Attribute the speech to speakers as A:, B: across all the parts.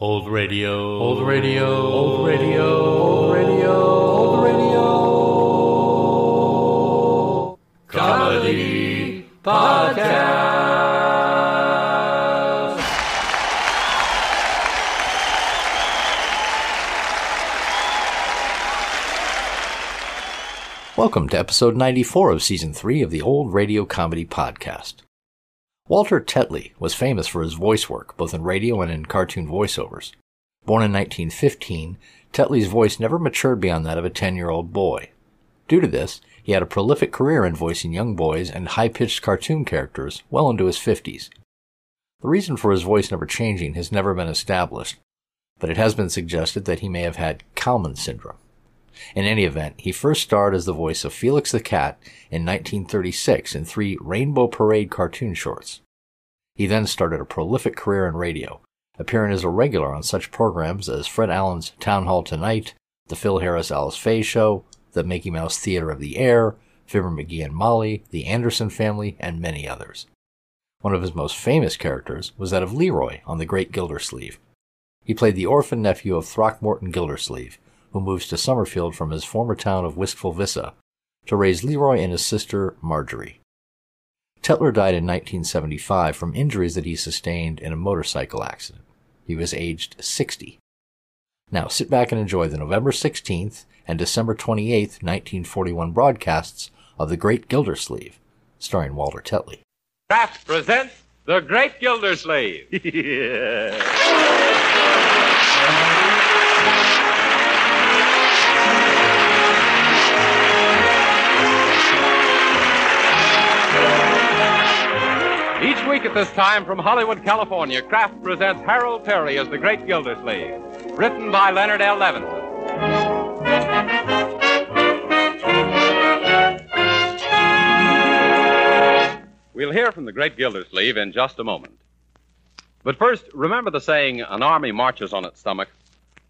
A: Old radio. Old radio. Old radio. Old radio. Old radio. Comedy podcast.
B: Welcome to episode 94 of season 3 of the Old Radio Comedy Podcast. Walter Tetley was famous for his voice work, both in radio and in cartoon voiceovers. Born in 1915, Tetley's voice never matured beyond that of a 10 year old boy. Due to this, he had a prolific career in voicing young boys and high pitched cartoon characters well into his 50s. The reason for his voice never changing has never been established, but it has been suggested that he may have had Kalman syndrome. In any event, he first starred as the voice of Felix the Cat in 1936 in three Rainbow Parade cartoon shorts. He then started a prolific career in radio, appearing as a regular on such programs as Fred Allen's Town Hall Tonight, The Phil Harris Alice Faye Show, The Mickey Mouse Theater of the Air, Fibber McGee and Molly, The Anderson Family, and many others. One of his most famous characters was that of Leroy on The Great Gildersleeve. He played the orphan nephew of Throckmorton Gildersleeve, who moves to Summerfield from his former town of Wistful Vista to raise Leroy and his sister, Marjorie. Tetler died in 1975 from injuries that he sustained in a motorcycle accident. He was aged 60. Now sit back and enjoy the November 16th and December 28th, 1941 broadcasts of The Great Gildersleeve, starring Walter Tetley.
C: Kraft presents The Great Gildersleeve. yeah. Each week at this time from Hollywood, California, Kraft presents Harold Perry as The Great Gildersleeve, written by Leonard L. Levinson. We'll hear from The Great Gildersleeve in just a moment. But first, remember the saying, an army marches on its stomach?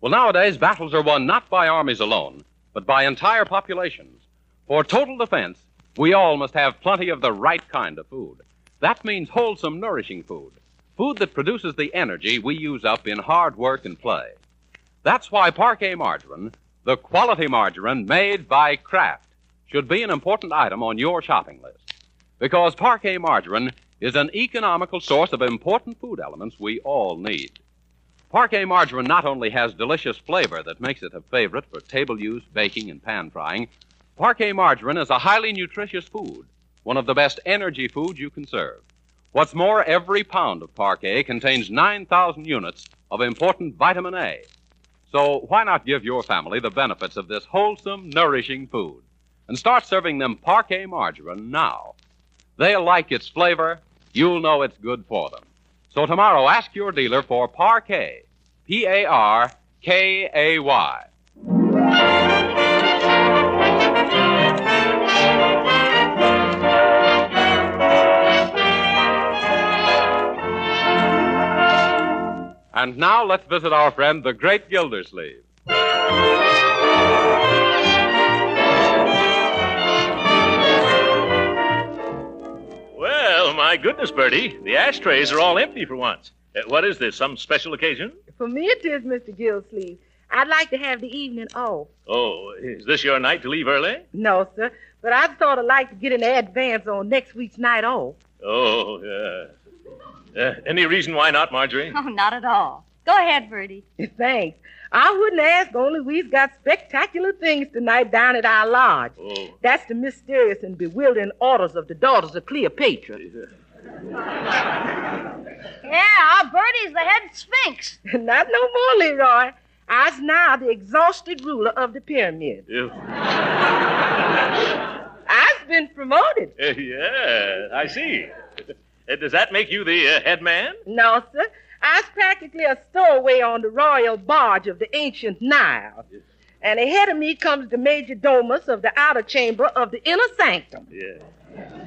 C: Well, nowadays, battles are won not by armies alone, but by entire populations. For total defense, we all must have plenty of the right kind of food. That means wholesome, nourishing food. Food that produces the energy we use up in hard work and play. That's why parquet margarine, the quality margarine made by Kraft, should be an important item on your shopping list. Because parquet margarine is an economical source of important food elements we all need. Parquet margarine not only has delicious flavor that makes it a favorite for table use, baking, and pan frying, parquet margarine is a highly nutritious food, one of the best energy foods you can serve. What's more, every pound of parquet contains 9,000 units of important vitamin A. So why not give your family the benefits of this wholesome, nourishing food and start serving them parquet margarine now? They'll like its flavor. You'll know it's good for them. So tomorrow, ask your dealer for parquet. P A R K A Y. And now let's visit our friend, the great Gildersleeve.
D: Well, my goodness, Bertie, the ashtrays are all empty for once. Uh, what is this, some special occasion?
E: For me, it is, Mr. Gillsleeve. I'd like to have the evening off.
D: Oh, is this your night to leave early?
E: No, sir, but I'd sort of like to get an advance on next week's night off.
D: Oh, uh, uh, any reason why not, Marjorie?
F: Oh, not at all. Go ahead, Bertie.
E: Thanks. I wouldn't ask, only we've got spectacular things tonight down at our lodge.
D: Oh,
E: That's the mysterious and bewildering orders of the daughters of Cleopatra.
F: Yeah, our Bertie's the head sphinx.
E: Not no more, Leroy. I's now the exhausted ruler of the pyramid.
D: ew.
E: I've been promoted.
D: Uh, yeah, I see. Uh, does that make you the uh, head man?
E: No, sir. I was practically a stowaway on the royal barge of the ancient Nile. And ahead of me comes the major domus of the outer chamber of the inner sanctum.
D: Yeah.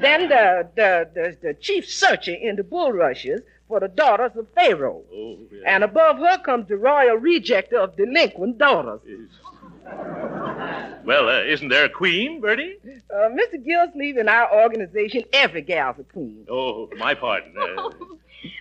E: Then the, the, the, the chief searcher in the bulrushes for the daughters of Pharaoh.
D: Oh, yeah.
E: And above her comes the royal rejecter of delinquent daughters.
D: Well, uh, isn't there a queen, Bertie?
E: Uh, Mr. Gillsleeve in our organization, every gal's a queen.
D: Oh, my pardon. Uh,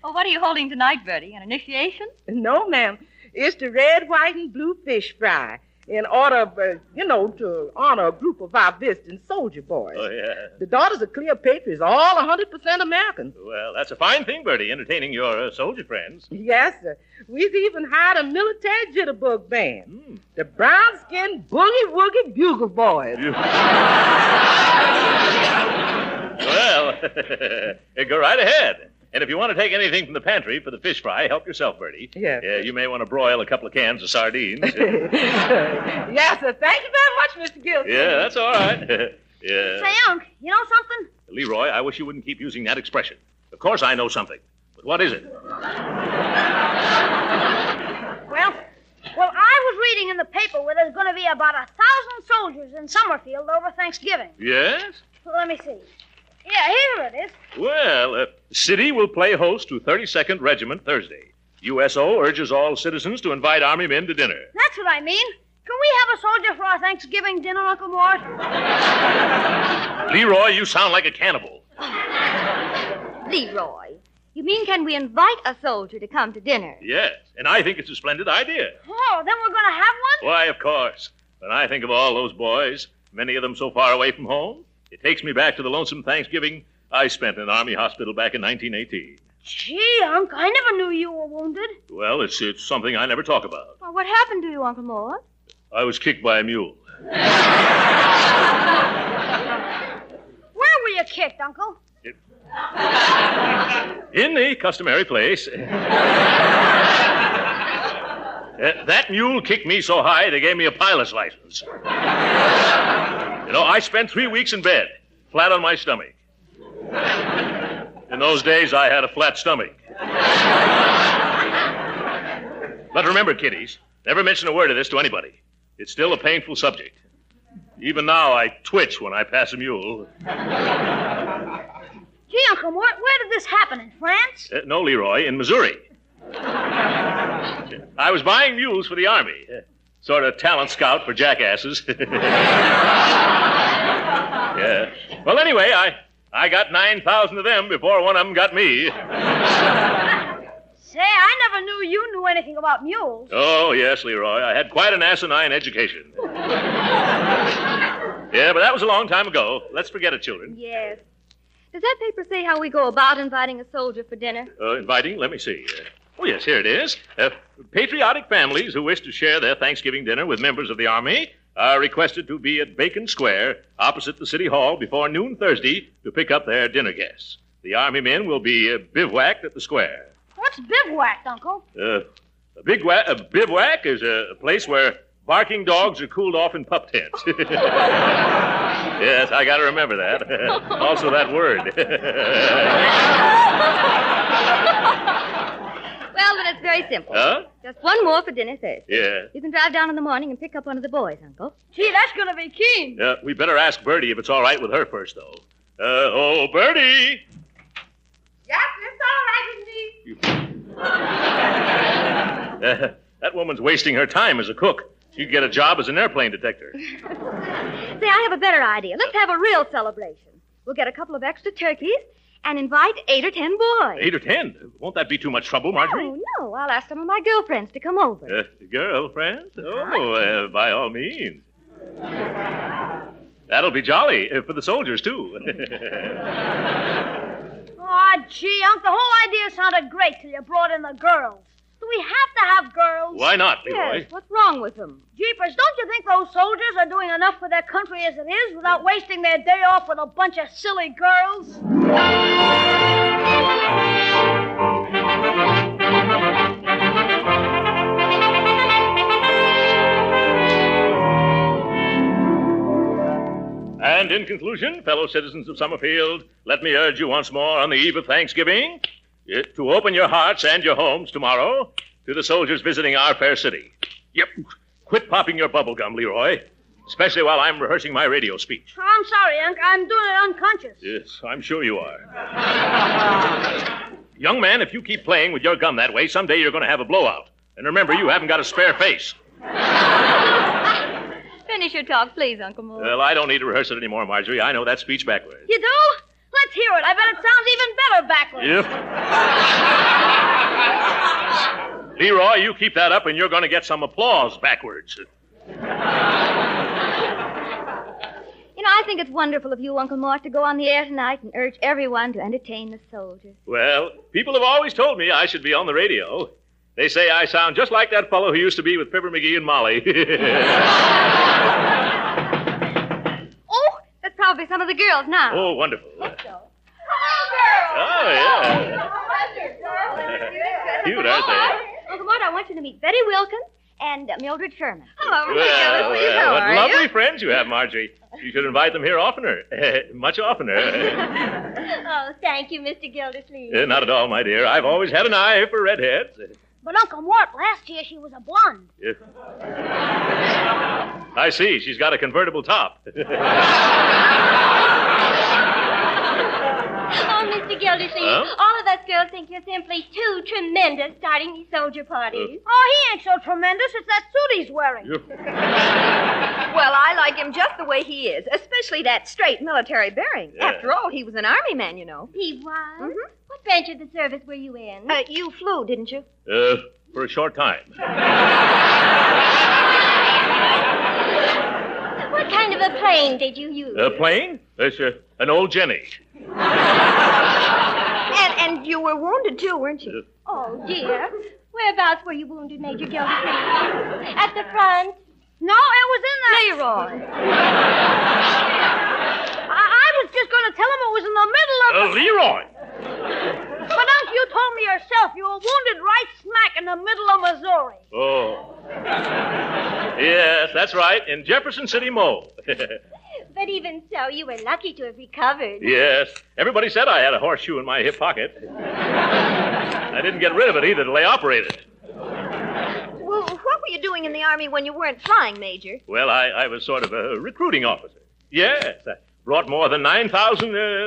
F: Well, what are you holding tonight, Bertie? An initiation?
E: No, ma'am. It's the red, white, and blue fish fry in order, of, uh, you know, to honor a group of our visiting soldier boys.
D: oh, yeah.
E: The daughters of Cleopatra is all 100% American.
D: Well, that's a fine thing, Bertie, entertaining your uh, soldier friends.
E: Yes, sir. We've even hired a military jitterbug band.
D: Hmm.
E: The brown-skinned boogie-woogie bugle boys.
D: Well, go right ahead. And if you want to take anything from the pantry for the fish fry, help yourself, Bertie.
E: Yeah.
D: Yeah, you may want to broil a couple of cans of sardines.
E: yes, sir. Thank you very much, Mr. Gillsleeve.
D: yeah, that's all right. yeah.
F: Say, Unc, you know something?
D: Leroy, I wish you wouldn't keep using that expression. Of course I know something. But what is it?
F: Well, well, I was reading in the paper where there's going to be about a thousand soldiers in Summerfield over Thanksgiving.
D: Yes?
F: Let me see. Yeah, here it is.
D: Well, uh, city will play host to 32nd Regiment Thursday. USO urges all citizens to invite army men to dinner.
F: That's what I mean. Can we have a soldier for our Thanksgiving dinner, Uncle Mort?
D: Leroy, you sound like a cannibal.
F: Leroy, you mean can we invite a soldier to come to dinner?
D: Yes, and I think it's a splendid idea.
F: Oh, then we're going to have one?
D: Why, of course. When I think of all those boys, many of them so far away from home, it takes me back to the lonesome Thanksgiving I spent in Army Hospital back in 1918.
F: Gee, Unc, I never knew you were wounded.
D: Well, it's, it's something I never talk about.
F: Well, what happened to you, Uncle Mort?
D: I was kicked by a mule.
F: Where were you kicked, Uncle?
D: In the customary place. Uh, that mule kicked me so high they gave me a pilot's license. you know, I spent three weeks in bed, flat on my stomach. In those days, I had a flat stomach. but remember, kiddies, never mention a word of this to anybody. It's still a painful subject. Even now, I twitch when I pass a mule.
F: Gee, Uncle Mort, where did this happen? In France?
D: Uh, no, Leroy, in Missouri. I was buying mules for the Army. Uh, Sort of talent scout for jackasses. yeah. Well, anyway, I, I got 9,000 of them before one of them got me.
F: Say, I never knew you knew anything about mules.
D: Oh, yes, Leroy. I had quite an asinine education. yeah, but that was a long time ago. Let's forget it, children.
F: Yes. Does that paper say how we go about inviting a soldier for dinner?
D: Uh, inviting, let me see. Uh, oh, yes, here it is. Uh, patriotic families who wish to share their Thanksgiving dinner with members of the Army are requested to be at Bacon Square, opposite the City Hall, before noon Thursday to pick up their dinner guests. The Army men will be uh, bivouacked at the square.
F: What's bivouacked, Uncle?
D: Uh, a, big wa- a bivouac is a, a place where barking dogs are cooled off in pup tents. yes, I got to remember that. also, that word.
F: Well, then it's very simple.
D: huh?
F: Just one more for dinner Thursday.
D: Yeah.
F: You can drive down in the morning and pick up one of the boys, Uncle. Gee, that's going to be keen.
D: Uh, we better ask Bertie if it's all right with her first, though. Uh, oh, Bertie!
E: Yes, it's all right with me.
D: Uh, that woman's wasting her time as a cook. She'd get a job as an airplane detector.
F: Say, I have a better idea. Let's have a real celebration. We'll get a couple of extra turkeys and invite eight or ten boys.
D: Eight or ten. Won't that be too much trouble, Marjorie?
F: Oh, no. I'll ask some of my girlfriends to come over.
D: Uh, girlfriend? Oh, uh, by all means. That'll be jolly uh, for the soldiers, too.
F: Aw, Ah, gee, Unc, the whole idea sounded great till you brought in the girls. Do we have to have girls?
D: Why not,
F: Yes,
D: Leroy?
F: what's wrong with them? Jeepers, don't you think those soldiers are doing enough for their country as it is without wasting their day off with a bunch of silly girls?
D: And in conclusion, fellow citizens of Summerfield, let me urge you once more on the eve of Thanksgiving Yeah, to open your hearts and your homes tomorrow to the soldiers visiting our fair city. Yep. Quit popping your bubble gum, Leroy. Especially while I'm rehearsing my radio speech.
F: I'm sorry, Unc. I'm doing it unconscious.
D: Yes, I'm sure you are. Young man, if you keep playing with your gum that way, someday you're going to have a blowout. And remember, you haven't got a spare face.
F: Finish your talk, please, Uncle Mose.
D: Well, I don't need to rehearse it anymore, Marjorie. I know that speech backwards.
F: you do? Let's hear it. I bet it sounds even better backwards.
D: Yep. Leroy, you keep that up and you're going to get some applause backwards.
F: You know, I think it's wonderful of you, Uncle Mort, to go on the air tonight and urge everyone to entertain the soldiers.
D: Well, people have always told me I should be on the radio. They say I sound just like that fellow who used to be with Pepper McGee and Molly.
F: Oh, that's probably some of the girls now.
D: oh, wonderful.
F: Hello,
D: Oh, yeah.
F: girls.
D: Cute, aren't they?
F: Uncle Mort, I want you to meet Betty Wilkins and uh, Mildred Sherman. Hello,
D: Oh, Well, well, what lovely friends you have, Marjorie. You should invite them here oftener. Much oftener.
F: Oh, thank you, Mr. Gildersleeve.
D: Eh, Not at all, my dear. I've always had an eye for redheads.
F: But Uncle Mort, last year she was a blonde.
D: Eh. I see. She's got a convertible top. Uh,
F: Oh, Mr. Gildersleeve,
D: Huh?
F: all of us girls think you're simply too tremendous starting these soldier parties. Oh, he ain't so tremendous. It's that suit he's wearing.
G: Well, I like him just the way he is, especially that straight military bearing.
D: Yeah.
G: After all, he was an army man, you know. Mm-hmm.
F: He was? What branch of the service were you in?
G: Uh, you flew, didn't you?
D: Uh, for a short time.
F: what kind of a plane did you use?
D: A plane? It's uh, an old Jenny.
G: And and you were wounded too, weren't you?
F: Oh, dear. Whereabouts were you wounded, Major Gildersleeve? At the front? No, it Oh, was in the... Leroy. I, I was just going to tell him it was in the middle of
D: Uh, Leroy!
F: But, Unc, you told me yourself you were wounded right smack in the middle of Missouri.
D: Oh. yes, that's right. In Jefferson City, Mo.
F: But even so, you were lucky to have recovered.
D: yes. Everybody said I had a horseshoe in my hip pocket. I didn't get rid of it either till they operated.
G: Well, what were you doing in the army when you weren't flying, Major?
D: Well, I, I was sort of a recruiting officer. Yes, I brought more than 9,000 uh,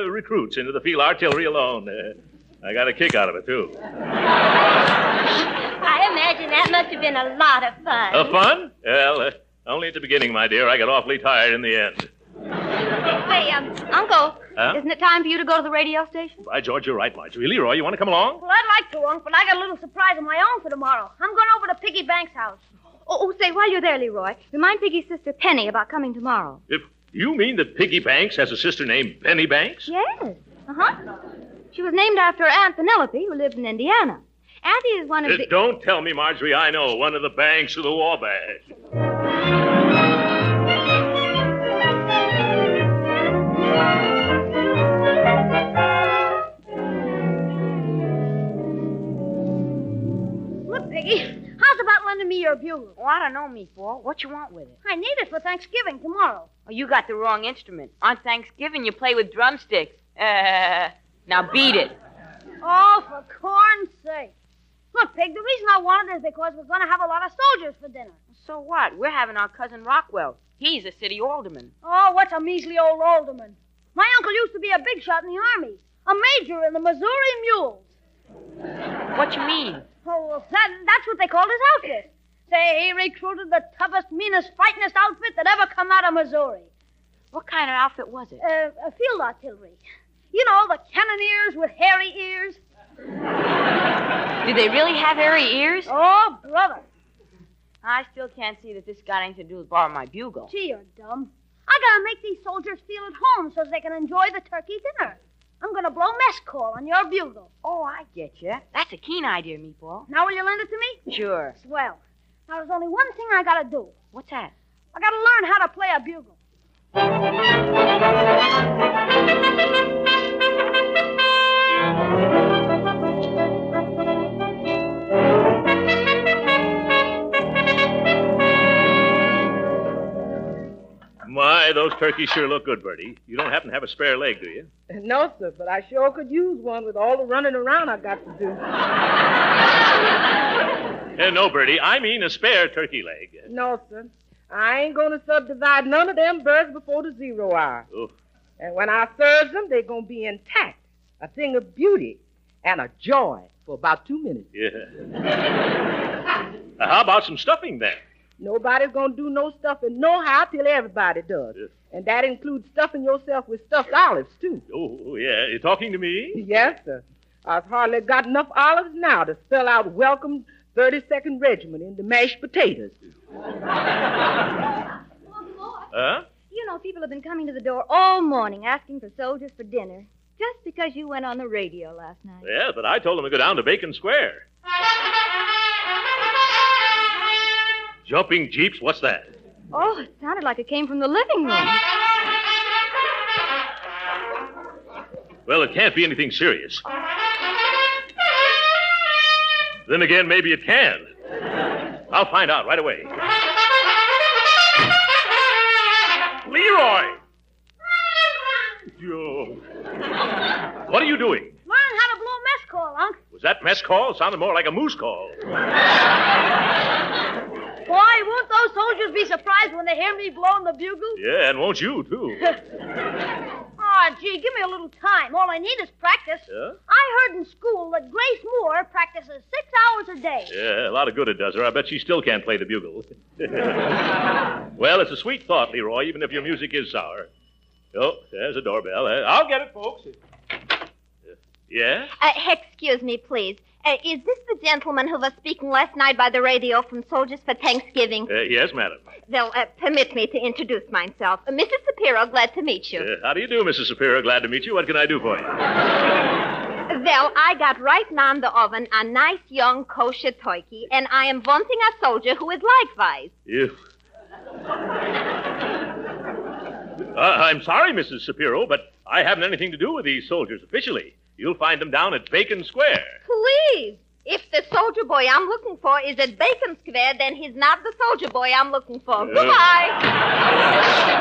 D: recruits into the field artillery alone. Uh, I got a kick out of it, too.
F: I imagine that must have been a lot of fun.
D: Uh, fun? Well, uh, only at the beginning, my dear. I got awfully tired in the end.
F: Say, um, Uncle,
D: Huh?
F: isn't it time for you to go to the radio station?
D: By George, you're right, Marjorie. Leroy, you want to come along?
F: Well, I'd like to, Unc, but I got a little surprise of my own for tomorrow. I'm going over to Piggy Banks' house. Oh, oh, say, while you're there, Leroy, remind Piggy's sister Penny about coming tomorrow.
D: If you mean that Piggy Banks has a sister named Penny Banks?
F: Yes. Uh huh. She was named after her Aunt Penelope, who lived in Indiana. Auntie is one of
D: Uh,
F: the.
D: Don't tell me, Marjorie. I know one of the banks of the Wabash.
F: Look, Piggy, how's about lending me your bugle?
H: Oh, I don't know, me for. What you want with it?
F: I need it for Thanksgiving tomorrow.
H: Oh, you got the wrong instrument. On Thanksgiving, you play with drumsticks. Uh, now beat it.
F: Oh, for corn's sake. Look, Pig, the reason I wanted it is because we're going to have a lot of soldiers for dinner.
H: So what? We're having our cousin Rockwell. He's a city alderman.
F: Oh, what's a measly old alderman? My uncle used to be a big shot in the army, a major in the Missouri Mules.
H: What you mean?
F: Oh, well, that, that's what they called his outfit. Say, he recruited the toughest, meanest, fightingest outfit that ever come out of Missouri.
H: What kind of outfit was it?
F: Uh, uh, field artillery. You know, the cannoneers with hairy ears.
H: Do they really have hairy ears?
F: Oh, brother.
H: I still can't see that this got anything to do with borrowing my bugle.
F: Gee, you're dumb. I gotta make these soldiers feel at home so they can enjoy the turkey dinner. I'm gonna blow mess call on your bugle.
H: Oh, I get you. That's a keen idea, Meatball.
F: Now will you lend it to me?
H: Sure.
F: Swell. Now there's only one thing I gotta do.
H: What's that?
F: I gotta learn how to play a bugle.
D: My, Why, those turkeys sure look good, Bertie. You don't happen to have a spare leg, do you?
E: No, sir, but I sure could use one with all the running around I got to do.
D: Eh, no, Bertie. I mean a spare turkey leg.
E: No, sir. I ain't gonna subdivide none of them birds before the zero hour.
D: Oh,
E: And when I serve them, they're gonna be intact. A thing of beauty and a joy for about two minutes.
D: yeah. Uh, how about some stuffing then?
E: Nobody's gonna do no stuffing no how till everybody does.
D: Yes.
E: And that includes stuffing yourself with stuffed olives, too.
D: Oh, yeah. You talking to me?
E: Yes, sir. I've hardly got enough olives now to spell out welcome 32nd Regiment in the mashed potatoes.
D: Huh?
F: You know, people have been coming to the door all morning asking for soldiers for dinner just because you went on the radio last night.
D: Yeah, but I told them to go down to Bacon Square. Jumping jeeps? What's that?
F: Oh, it sounded like it came from the living room.
D: Well, it can't be anything serious. Then again, maybe it can. I'll find out right away. Leroy! Yo. What are you doing?
F: Learn how to blow mess call, Unc.
D: Was that mess call? Sounded more like a moose call.
F: Boy, won't those soldiers be surprised when they hear me blowing the bugle?
D: Yeah, and won't you, too?
F: Aw, Ah, gee, give me a little time. All I need is practice.
D: Yeah?
F: I heard in school that Grace Moore practices six hours a day.
D: Yeah, a lot of good it does her. I bet she still can't play the bugle. well, it's a sweet thought, Leroy, even if your music is sour. Oh, there's a doorbell. Uh, I'll get it, folks. Yeah?
G: Uh, excuse me, please. Uh, is this the gentleman who was speaking last night by the radio from Soldiers for Thanksgiving?
D: Uh, yes, madam.
G: They'll uh, permit me to introduce myself. Uh, Mrs. Shapiro, glad to meet you.
D: Uh, how do you do, Mrs. Shapiro? Glad to meet you. What can I do for you?
G: Well, I got right now in the oven a nice young kosher turkey, and I am wanting a soldier who is likewise.
D: You. Uh, I'm sorry, Mrs. Shapiro, but I haven't anything to do with these soldiers officially. You'll find them down at Bacon Square.
G: Please! If the soldier boy I'm looking for is at Bacon Square, then he's not the soldier boy I'm looking for.
D: Yeah.
G: Goodbye!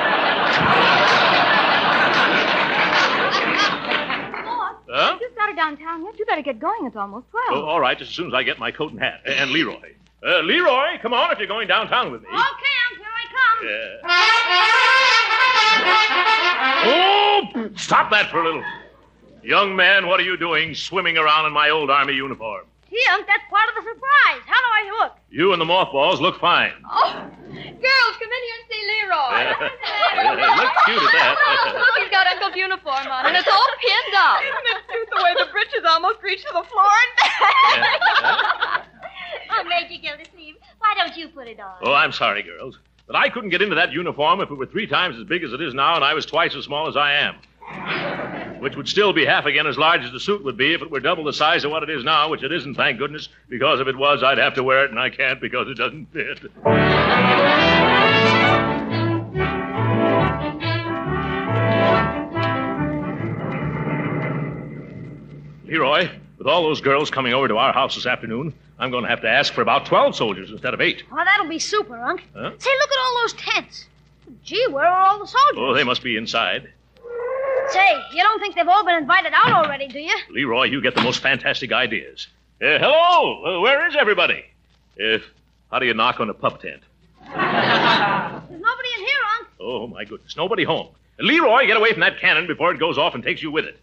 D: Huh?
F: You started downtown yet? You better get going. It's almost 12.
D: Oh, all right, just as soon as I get my coat and hat. And Leroy. Uh, Leroy, come on if you're going downtown with me.
I: Oh.
F: Okay, Unc, here I come.
D: Yeah. Oh, stop that for a little. Young man, what are you doing swimming around in my old army uniform?
F: Gee, Unc, that's part of the surprise. How do I look?
D: You and the mothballs look fine.
G: Oh, girls, come in here and see Leroy.
D: Yeah. Yeah, looks cute at that.
G: Look, he's got Uncle's uniform on, and it's all pinned up. Isn't it cute the way the britches almost reach to the floor and back?
F: Oh, Major Gildersleeve, why don't you put it on?
D: Oh, I'm sorry, girls. But I couldn't get into that uniform if it were three times as big as it is now and I was twice as small as I am. Which would still be half again as large as the suit would be if it were double the size of what it is now, which it isn't, thank goodness, because if it was, I'd have to wear it, and I can't because it doesn't fit. Leroy, with all those girls coming over to our house this afternoon, I'm going to have to ask for about 12 soldiers instead of eight.
F: Oh, that'll be super, Unc.
D: Huh?
F: Say, look at all those tents. Gee, where are all the soldiers?
D: Oh, they must be inside.
F: Say, you don't think they've all been invited out already, do you?
D: Leroy, you get the most fantastic ideas. Uh, hello, uh, where is everybody? Uh, how do you knock on a pub tent?
F: There's nobody in here, Unc.
D: Oh, my goodness, nobody home. Leroy, get away from that cannon before it goes off and takes you with it.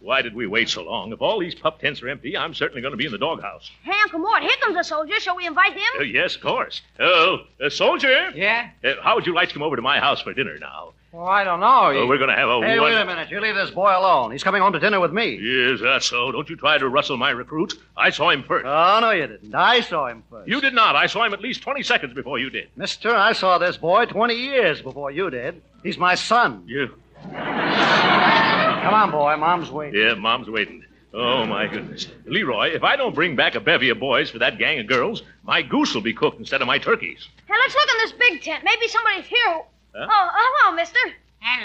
D: Why did we wait so long? If all these pup tents are empty, I'm certainly going to be in the doghouse.
F: Hey, Uncle Mort, here comes a soldier. Shall we invite
D: Uh,
F: him?
D: yes, of course. Oh, uh, soldier?
J: Yeah?
D: Uh, how would you like to come over to my house for dinner now?
J: Well, I don't know.
D: Uh, we're going to have a
J: Oh, Hey,
D: wonder-
J: wait a minute. You leave this boy alone. He's coming home to dinner with me.
D: Yes, that's so. Don't you try to rustle my recruit. I saw him first.
J: Oh, no, you didn't. I saw him first.
D: you did not. I saw him at least 20 seconds before you did.
J: Mister, I saw this boy 20 years before you did. He's my son.
D: You.
J: Come on, boy. Mom's waiting.
D: Yeah, Mom's waiting. Oh, my goodness. Leroy, if I don't bring back a bevy of boys for that gang of girls, my goose will be cooked instead of my turkeys.
F: Hey, let's look in this big tent. Maybe somebody's here. who-
D: Huh?
F: Oh, hello, mister.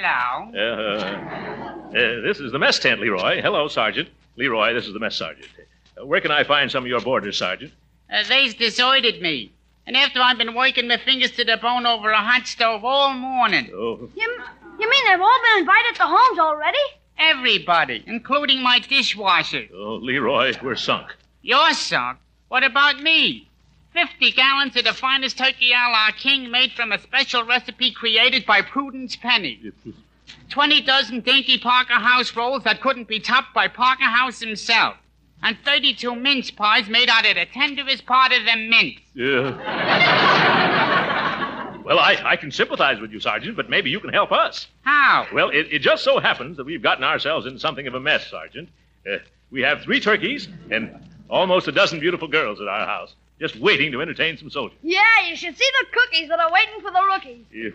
D: Uh, uh, this is the mess tent, Leroy. Hello, Sergeant. Leroy, this is the mess sergeant. Uh, where can I find some of your boarders, Sergeant?
K: Uh, they've deserted me. And after I've been working my fingers to the bone over a hot stove all morning.
D: Oh.
F: You, you mean they've all been invited to homes already?
K: Everybody, including my dishwasher.
D: Oh, Leroy, we're sunk.
K: Your sock? What about me? 50 gallons of the finest turkey a la king made from a special recipe created by Prudence Penny. 20 dozen dainty Parker House rolls that couldn't be topped by Parker House himself. And 32 mince pies made out of the tenderest part of the mint.
D: Yeah. Well, I, I can sympathize with you, Sergeant, but maybe you can help us.
K: How?
D: Well, it, it just so happens that we've gotten ourselves into something of a mess, Sergeant. Uh, we have three turkeys and almost a dozen beautiful girls at our house, just waiting to entertain some soldiers.
F: Yeah, you should see the cookies that are waiting for the rookies.
D: You-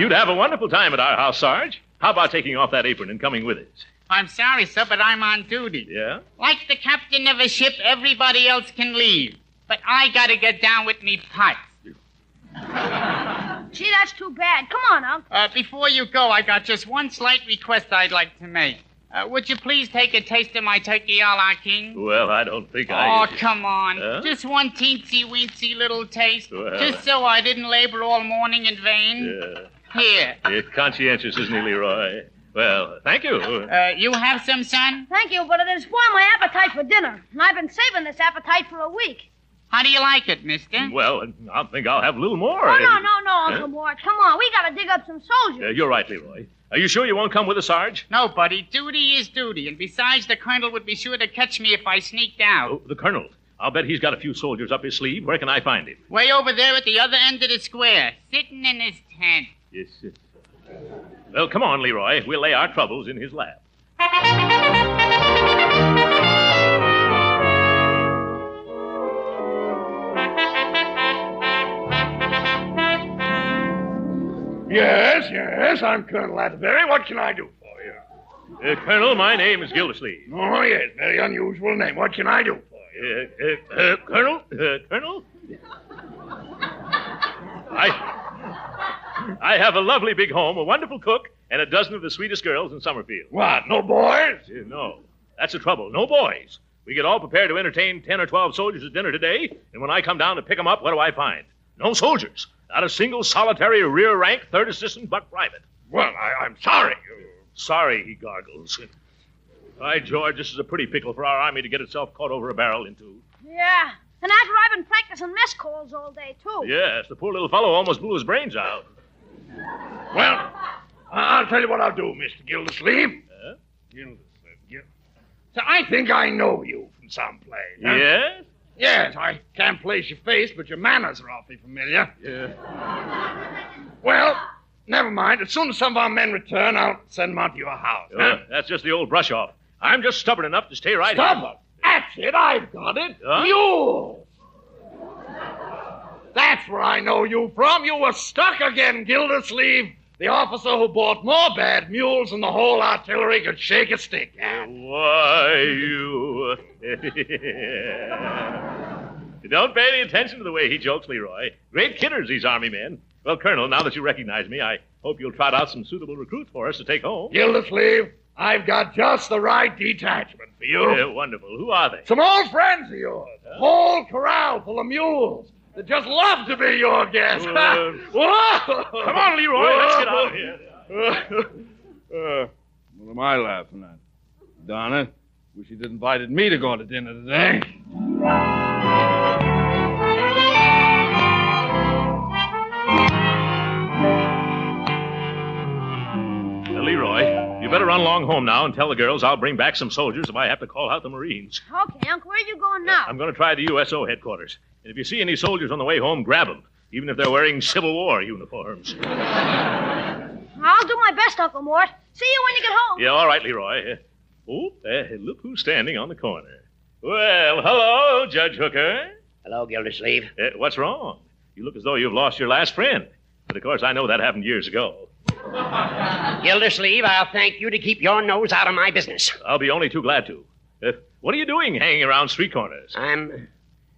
D: You'd have a wonderful time at our house, Sarge. How about taking off that apron and coming with us?
K: I'm sorry, sir, but I'm on duty.
D: Yeah?
K: Like the captain of a ship, everybody else can leave. But I gotta get down with me pot.
F: Gee, that's too bad. Come on, Unc.
K: Uh, before you go, I got just one slight request I'd like to make. Uh, would you please take a taste of my turkey a la king?
D: Well, I don't think
K: Oh,
D: I.
K: come on.
D: Huh?
K: Just one teensy weensy little taste.
D: Well.
K: Just so I didn't labor all morning in vain.
D: Yeah.
K: Here.
D: He's conscientious, isn't he, Leroy? Well, thank you.
K: Uh, you have some, son?
F: Thank you, but it has spoiled my appetite for dinner. And I've been saving this appetite for a week.
K: How do you like it, mister?
D: Well, I think I'll have a little more.
F: oh, no, no, no,
D: Huh?
F: Uncle Mort. Come on, we gotta dig up some soldiers.
D: Uh, you're right, Leroy. Are you sure you won't come with us, Sarge?
K: No, buddy. Duty is duty. And besides, the colonel would be sure to catch me if I sneaked out.
D: Oh, the colonel. I'll bet he's got a few soldiers up his sleeve. Where can I find him?
K: Way over there at the other end of the square, sitting in his tent.
D: Yes. yes. Well, come on, Leroy. We'll lay our troubles in his lap.
L: Yes, yes, I'm Colonel Atterbury. What can I do for
D: Uh, colonel, my name is Gildersleeve.
L: you? Oh, yes, very unusual name. What can I do for you?
D: Uh, uh, uh, colonel? Uh, colonel? I, I have a lovely big home, a wonderful cook, and a dozen of the sweetest girls in Summerfield.
L: What, no boys?
D: Uh, No. That's the trouble. No boys. We get all prepared to entertain 10 or 12 soldiers at dinner today, and when I come down to pick 'em up, what do I find? No soldiers. Not a single solitary rear rank third assistant buck private.
L: Well, I, I'm sorry.
D: Sorry, he gargles. By George, this is a pretty pickle for our army to get itself caught over a barrel into.
F: Yeah. And after I've been practicing mess calls all day, too.
D: Yes, the poor little fellow almost blew his brains out.
L: Well, I'll tell you what I'll do, Mr. Gildersleeve.
D: Huh?
L: Gildersleeve. Gil- So I think I know you from someplace. huh?
D: Yes?
L: Yes, I can't place your face, but your manners are awfully familiar. Well, never mind. As soon as some of our men return, I'll send them out to your house.
D: Uh, that's just the old brush off. I'm just stubborn enough to stay right
L: Stubborn? That's it. I've got it.
D: Huh?
L: You. That's where I know you from. You were stuck again, Gildersleeve. The officer who bought more bad mules than the whole artillery could shake a stick at.
D: here. Why, you. Don't pay any attention to the way he jokes, Leroy. Great kidders, these army men. Well, Colonel, now that you recognize me, I hope you'll trot out some suitable recruits for us to take home.
L: Gildersleeve, I've got just the right detachment for you.
D: Yeah, wonderful. Who are they?
L: Some old friends of yours. Whole corral full of mules. They just love to be your guest.
D: Uh,
L: Whoa!
D: Come on, Leroy. Let's get out of here.
M: Uh, what am I laughing at? Donna, wish you'd invited me to go to dinner today.
D: Now, Leroy, you better run along home now and tell the girls I'll bring back some soldiers if I have to call out the Marines.
F: Okay, Unc, where are you going now?
D: I'm going to try the USO headquarters. And if you see any soldiers on the way home, grab them, even if they're wearing Civil War uniforms.
F: I'll do my best, Uncle Mort. See you when you get home.
D: Yeah, all right, Leroy. Uh, Oh, uh, look who's standing on the corner. Well, hello, Judge Hooker.
N: Hello, Gildersleeve.
D: Uh, what's wrong? You look as though you've lost your last friend. But of course, I know that happened years ago.
N: Gildersleeve, I'll thank you to keep your nose out of my business.
D: I'll be only too glad to. Uh, what are you doing hanging around street corners?
N: I'm.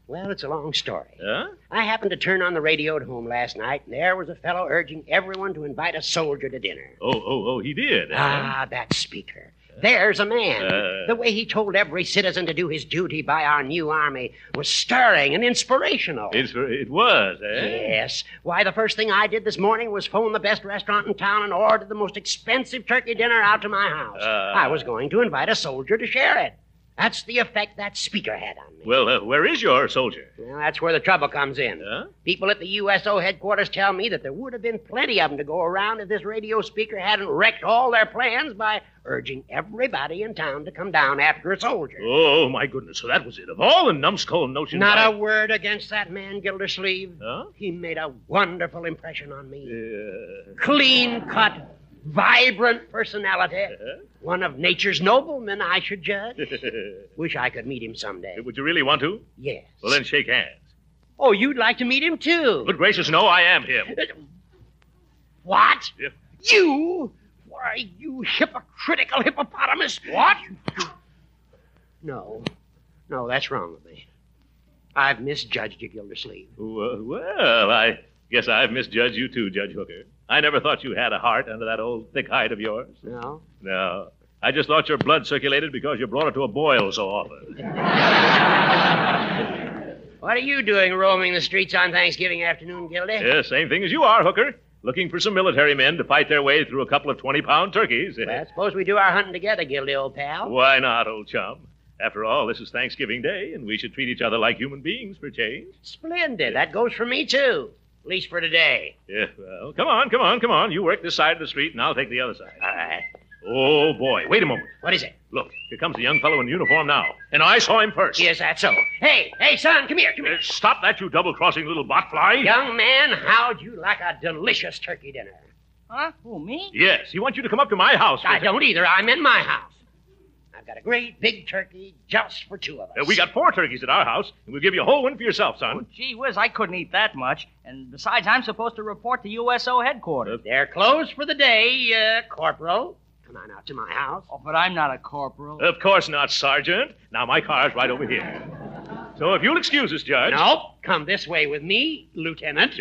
N: Well, it's a long story.
D: Huh?
N: I happened to turn on the radio at home last night, and there was a fellow urging everyone to invite a soldier to dinner.
D: Oh, oh, oh, he did.
N: Ah, that speaker. There's a man.
D: Uh.
N: the way he told every citizen to do his duty by our new army was stirring and inspirational.
D: It's, it was, eh?
N: Yes. Why, the first thing I did this morning was phone the best restaurant in town and order the most expensive turkey dinner out to my house.
D: Uh.
N: I was going to invite a soldier to share it. That's the effect that speaker had on me.
D: Well, uh, where is your soldier?
N: Well, that's where the trouble comes in. People at the USO headquarters tell me that there would have been plenty of them to go around if this radio speaker hadn't wrecked all their plans by urging everybody in town to come down after a soldier.
D: Oh, my goodness. So that was it. Of all the numbskull notions.
N: Not
D: I...
N: a word against that man, Gildersleeve. He made a wonderful impression on me. Clean cut, vibrant personality.
D: Uh-huh.
N: One of nature's noblemen, I should judge. Wish I could meet him someday.
D: Would you really want to?
N: Yes.
D: Well, then shake hands.
N: Oh, you'd like to meet him, too.
D: Good gracious, no, I am him.
N: What?
D: Yeah.
N: You? Why, you hypocritical hippopotamus. What? No. No, that's wrong with me. I've misjudged you, Gildersleeve.
D: Well, well, I guess I've misjudged you too, Judge Hooker. I never thought you had a heart under that old thick hide of yours.
N: No?
D: No. I just thought your blood circulated because you brought it to a boil so often.
N: What are you doing roaming the streets on Thanksgiving afternoon, Gildy?
D: Yeah, same thing as you are, Hooker. Looking for some military men to fight their way through a couple of 20 pound turkeys.
N: Well, suppose we do our hunting together, Gildy, old pal.
D: Why not, old chum? After all, this is Thanksgiving Day, and we should treat each other like human beings for change.
N: Splendid. That goes for me, too. At least for today.
D: Yeah, well, come on, come on, come on. You work this side of the street, and I'll take the other side. All right. Oh, boy. Wait a moment.
N: What is it?
D: Look, here comes the young fellow in uniform now. And I saw him first. Uh,
N: Yes, that's so. Hey, hey, son, come here, come here.
D: Stop that, you double crossing little botfly.
N: Young man, how'd you like a delicious turkey dinner?
K: Huh? Who, me?
D: Yes, he wants you to come up to my house.
N: I don't either. I'm in my house. I've got a great big turkey just for two of us.
D: Uh, we got four turkeys at our house, and we'll give you a whole one for yourself, son.
O: Gee whiz, I couldn't eat that much. And besides, I'm supposed to report to USO headquarters.
N: They're closed for the day, uh, Corporal. Come on out to my house.
O: Oh, but I'm not a corporal.
D: Of course not, Sergeant. Now, my car's right over here. So if you'll excuse us, Judge.
N: Nope. Come this way with me, Lieutenant.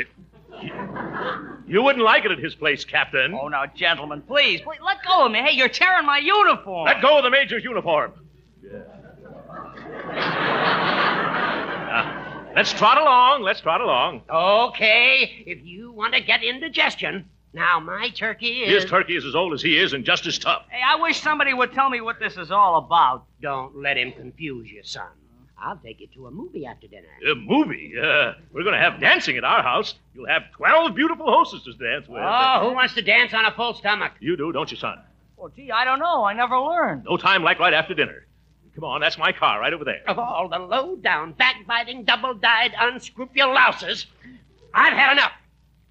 D: You wouldn't like it at his place, Captain.
O: Oh, now, gentlemen, please, please, let go of me. Hey, you're tearing my uniform.
D: Let go of the major's uniform. Now, let's trot along. Let's trot along.
N: Oh, Okay, if you want to get indigestion. Now, my turkey is.
D: His turkey is as old as he is and just as tough.
O: Hey, I wish somebody would tell me what this is all about.
N: Don't let him confuse you, son. I'll take you to a movie after dinner.
D: A movie? Uh, we're going to have dancing at our house. You'll have 12 beautiful hostesses to dance with.
N: Oh, who wants to dance on a full stomach?
D: You do, don't you, son?
O: Well, Oh, gee, I don't know. I never learned.
D: No time like right after dinner. Come on, that's my car right over there.
N: Of all the low down, backbiting, double dyed, unscrupulouses, I've had enough.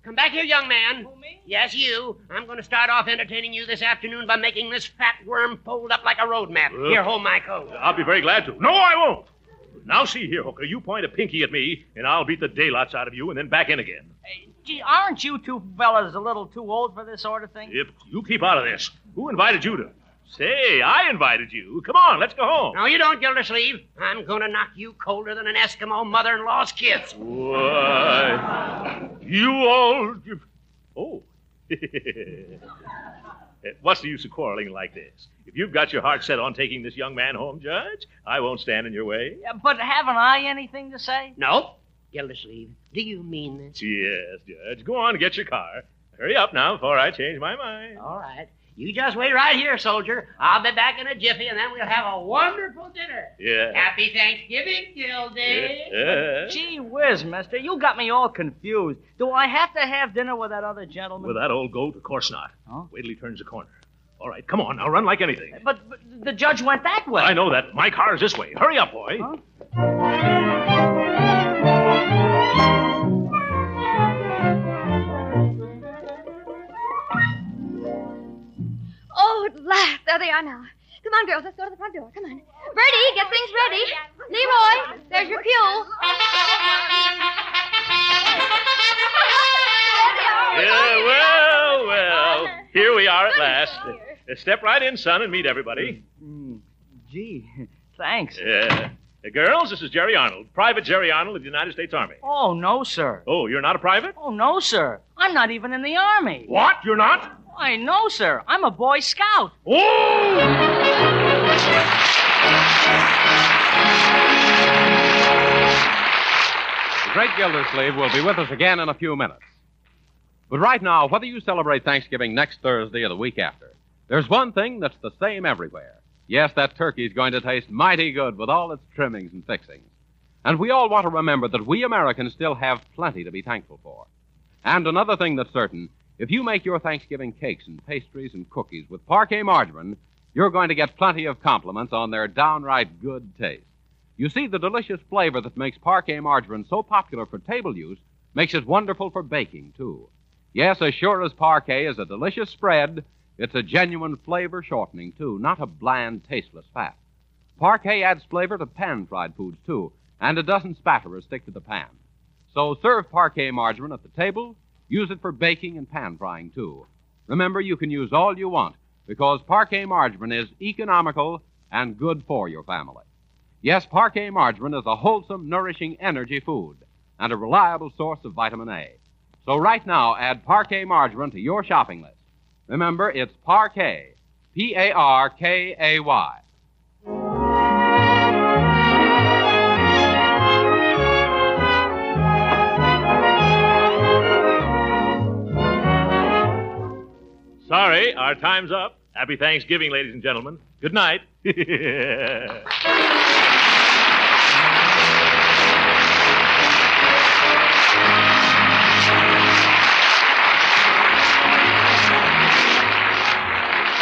N: Come back here, young man. Who, me? Yes, you. I'm going to start off entertaining you this afternoon by making this fat worm fold up like a road map.
D: Uh.
N: Here, hold my coat.
D: I'll be very glad to. No, I won't. Now, see here, Hooker. You point a pinky at me, and I'll beat the daylights out of you and then back in again.
O: Gee, aren't you two fellas a little too old for this sort of thing?
D: If you keep out of this, who invited you to? Say, I invited you. Come on, let's go home.
N: No, you don't, Gildersleeve. I'm going to knock you colder than an Eskimo mother in law's kids.
D: Why, you old. Oh. Eh, What's the use of quarreling like this? If you've got your heart set on taking this young man home, Judge, I won't stand in your way.
O: Yeah, but haven't I anything to say?
N: No. Gildersleeve, do you mean this?
D: Yes, Judge. Go on and get your car. Hurry up now before I change my mind.
N: All right. You just wait right here, soldier. I'll be back in a jiffy, and then we'll have a wonderful dinner.
D: Yeah.
N: Happy Thanksgiving, Gildy.
O: Gee whiz, mister. You got me all confused. Do I have to have dinner with that other gentleman?
D: With that old goat? Of course not. Wait till he turns the corner. All right, come on now, run like anything.
O: But, but the judge went that way.
D: I know that. My car's this way. Hurry up, boy.
F: Oh, at last. There they are now. Come on, girls. Let's go to the front door. Come on. Bertie, get things ready. Leroy, there's your pew.
D: Yeah, well, well. Here we are at last. Uh, Step right in, son, and meet everybody.
O: Mm, Gee, thanks.
D: Yeah. Uh, girls, this is Jerry Arnold, Private Jerry Arnold of the United States Army.
O: Oh, no, sir.
D: Oh, you're not a private?
O: Oh, no, sir. I'm not even in the Army.
D: What? You're not?
O: Why, no, sir. I'm a Boy Scout.
D: Oh!
C: Great Gildersleeve will be with us again in a few minutes. But right now, whether you celebrate Thanksgiving next Thursday or the week after, there's one thing that's the same everywhere. Yes, that turkey's going to taste mighty good with all its trimmings and fixings. And we all want to remember that we Americans still have plenty to be thankful for. And another thing that's certain if you make your Thanksgiving cakes and pastries and cookies with parquet margarine, you're going to get plenty of compliments on their downright good taste. You see, the delicious flavor that makes parquet margarine so popular for table use makes it wonderful for baking, too. Yes, as sure as parquet is a delicious spread, it's a genuine flavor shortening, too, not a bland, tasteless fat. Parquet adds flavor to pan fried foods, too, and it doesn't spatter or stick to the pan. So serve parquet margarine at the table. Use it for baking and pan frying, too. Remember, you can use all you want because parquet margarine is economical and good for your family. Yes, parquet margarine is a wholesome, nourishing energy food and a reliable source of vitamin A. So right now, add parquet margarine to your shopping list. Remember, it's parquet, P A R K A Y.
D: Sorry, our time's up. Happy Thanksgiving, ladies and gentlemen. Good night.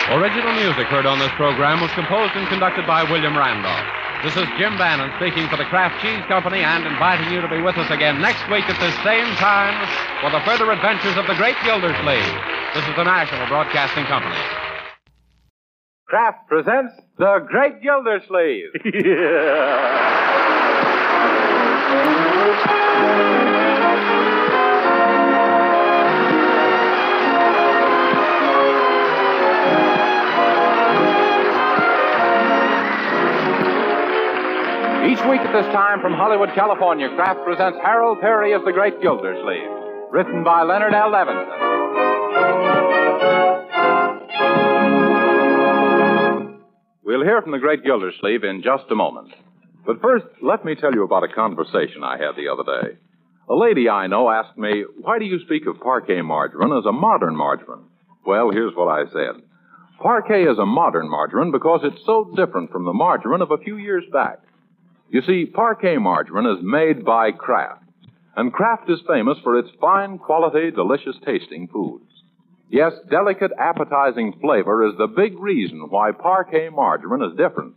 C: Original music heard on this program was composed and conducted by William Randolph. This is Jim Bannon speaking for the Kraft Cheese Company and inviting you to be with us again next week at this same time for the further adventures of the great Gildersleeve. This is the National Broadcasting Company.
P: Kraft presents The Great Gildersleeve.
A: Each week at this time from Hollywood, California, Kraft presents Harold Perry as the Great Gildersleeve, written by Leonard L. Levinson.
Q: We'll hear from the great Gildersleeve in just a moment. But first, let me tell you about a conversation I had the other day. A lady I know asked me, Why do you speak of parquet margarine as a modern margarine? Well, here's what I said Parquet is a modern margarine because it's so different from the margarine of a few years back. You see, parquet margarine is made by Kraft, and Kraft is famous for its fine quality, delicious tasting food. Yes, delicate, appetizing flavor is the big reason why parquet margarine is different.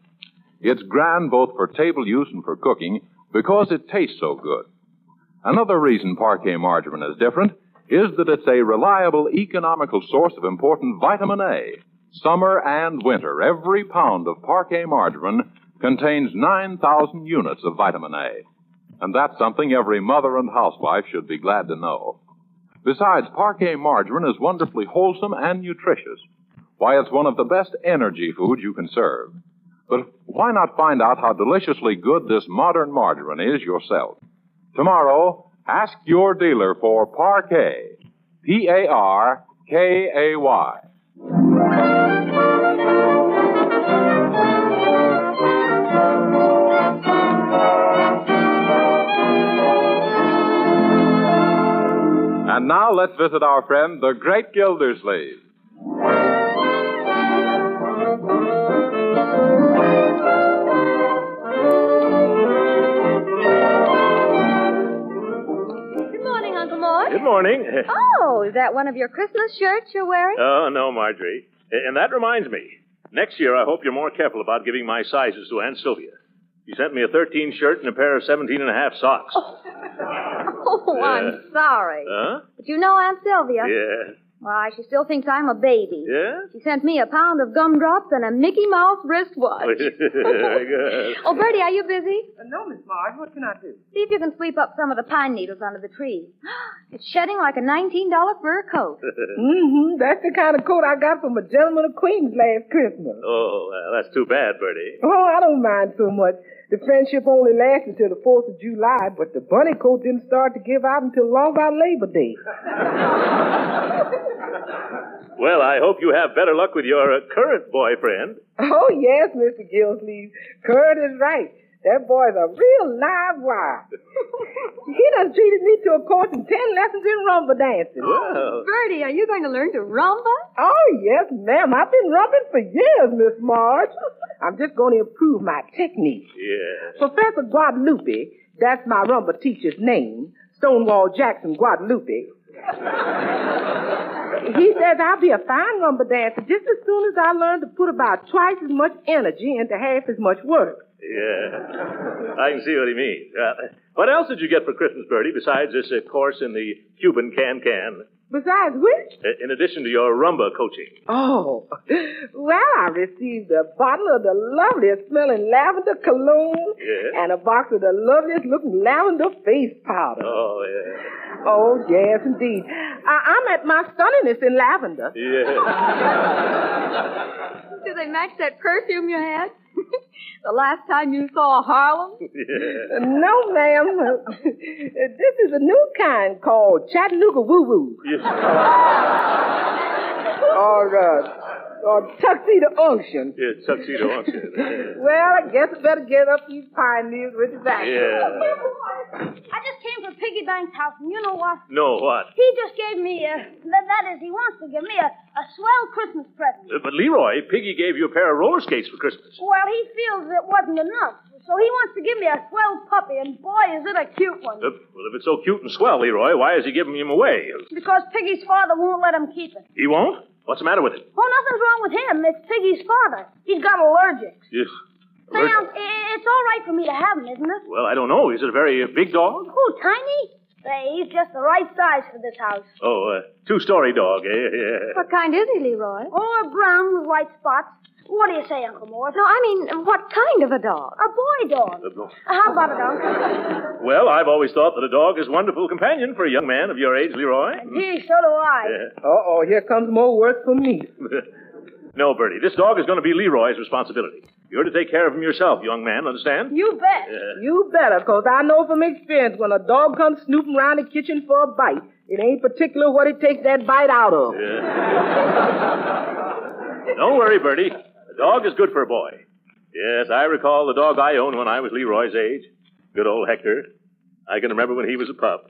Q: It's grand both for table use and for cooking because it tastes so good. Another reason parquet margarine is different is that it's a reliable, economical source of important vitamin A. Summer and winter, every pound of parquet margarine contains 9,000 units of vitamin A. And that's something every mother and housewife should be glad to know. Besides, parquet margarine is wonderfully wholesome and nutritious. Why, it's one of the best energy foods you can serve. But why not find out how deliciously good this modern margarine is yourself? Tomorrow, ask your dealer for parquet. P A R K A Y.
P: And now let's visit our friend, the great Gildersleeve.
G: Good morning, Uncle Mort.
D: Good morning.
G: Oh, is that one of your Christmas shirts you're wearing?
D: Oh, no, Marjorie. A- And that reminds me. Next year, I hope you're more careful about giving my sizes to Aunt Sylvia. She sent me a 13 shirt and a pair of 17 and a half socks.
G: Oh, I'm sorry.
D: Huh?
G: But you know Aunt Sylvia.
D: Uh. Yeah.
G: Why, she still thinks I'm a baby.
D: Yeah?
G: She sent me a pound of gumdrops and a Mickey Mouse wristwatch.
D: Very good.
G: Oh, Bertie, are you busy?
E: Uh, no, Miss Marge. What can I do?
G: See if you can sweep up some of the pine needles under the trees. It's shedding like a $19 fur coat.
E: Mm-hmm. That's the kind of coat I got from a gentleman of Queens last Christmas.
D: Oh, well, that's too bad, Bertie.
E: Oh, I don't mind so much. The friendship only lasted till the 4th of July, but the bunny coat didn't start to give out until long about Labor Day.
D: Well, I hope you have better luck with your uh, current boyfriend.
E: Oh, yes, Mr. Gillsleeve. Kurt is right. That boy's a real live wire. He done treated me to a course in ten lessons in rumba dancing.
I: Whoa.
E: Bertie, are you going to learn to rumba? Oh, yes, ma'am. I've been rumbing for years, Miss Marge. I'm just going to improve my technique.
D: Yeah.
E: Professor Guadalupe, that's my rumba teacher's name, Stonewall Jackson Guadalupe. he says I'll be a fine rumba dancer just as soon as I learn to put about twice as much energy into half as much work.
D: Yeah. I can see what he means. Uh, what else did you get for Christmas, Bertie, besides this uh, course in the Cuban can-can?
E: Besides which,
D: Uh, in addition to your rumba coaching.
E: oh, well, I received a bottle of the loveliest smelling lavender cologne
D: Yeah.
E: and a box of the loveliest looking lavender face powder.
D: Oh, yeah.
E: Oh, yes, indeed. I- I'm at my stunningness in lavender.
I: Do they match that perfume you had? the last time you saw Harlem?
E: No, ma'am. this is a new kind called Chattanooga Woo Woo. or, uh, or Tuxedo Unction.
D: Yeah, tuxedo unction.
E: Well, I guess I better get up these pioneers with the back.
D: Yeah.
F: I just came from Piggy Banks' house, and you know what?
D: No, what?
F: He just gave me a, that, that is, he wants to give me a, a swell Christmas present.
D: Uh, But Leroy, Piggy gave you a pair of roller skates for Christmas.
F: Well, he feels it wasn't enough, so he wants to give me a swell puppy, and boy, is it a cute one.
D: Uh, well, if it's so cute and swell, Leroy, why is he giving him away?
F: Because Piggy's father won't let him keep it.
D: He won't? What's the matter with it?
F: Oh, nothing's wrong with him. It's Piggy's father. He's got allergics.
D: Yes.
F: Sam, i- it's all right for me to have him, isn't it?
D: Well, I don't know. Is it a very uh, big dog?
F: Who, Tiny? Say, he's just the right size for this house.
D: Oh, uh, two-story dog. eh? Yeah.
F: What kind is he, Leroy? Oh, a brown with white spots. What do you say, Uncle Morris? No, I mean, what kind of a dog? A boy dog. Uh, How about it, Uncle?
D: Well, I've always thought that a dog is a wonderful companion for a young man of your age, Leroy.
F: Gee, so do I.
D: Yeah.
E: Uh-oh, here comes more work for me.
D: no, Bertie, this dog is going to be Leroy's responsibility. You're to take care of him yourself, young man, understand?
E: You bet. You better, because I know from experience when a dog comes snooping around the kitchen for a bite, it ain't particular what it takes that bite out of.
D: Don't worry, Bertie. A dog is good for a boy. Yes, I recall the dog I owned when I was Leroy's age. Good old Hector. I can remember when he was a pup.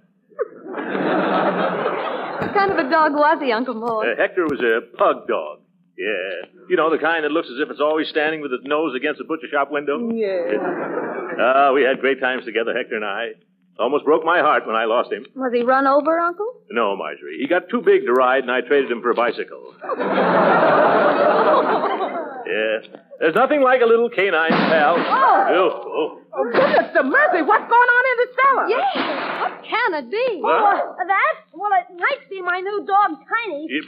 I: What kind of a dog was he, Uncle
D: Uh,
I: Mort?
D: Hector was a pug dog. Yeah. You know, the kind that looks as if it's always standing with its nose against a butcher shop
E: Uh,
D: window?
E: Mm.
I: Yeah.
D: Ah, we had great times together, Hector and I. Almost broke my heart when I lost him.
I: Was he run over, Uncle?
D: No, Marjorie. He got too big to ride, and I traded him for a bicycle. Yeah. There's nothing like a little canine pal.
E: Oh.
D: Oh, oh.
E: Oh, goodness to mercy, what's going on in the cellar?
F: Yes,
E: what can it be?
F: Oh, uh, that? Well, it might be my new dog, Tiny.
D: Yep.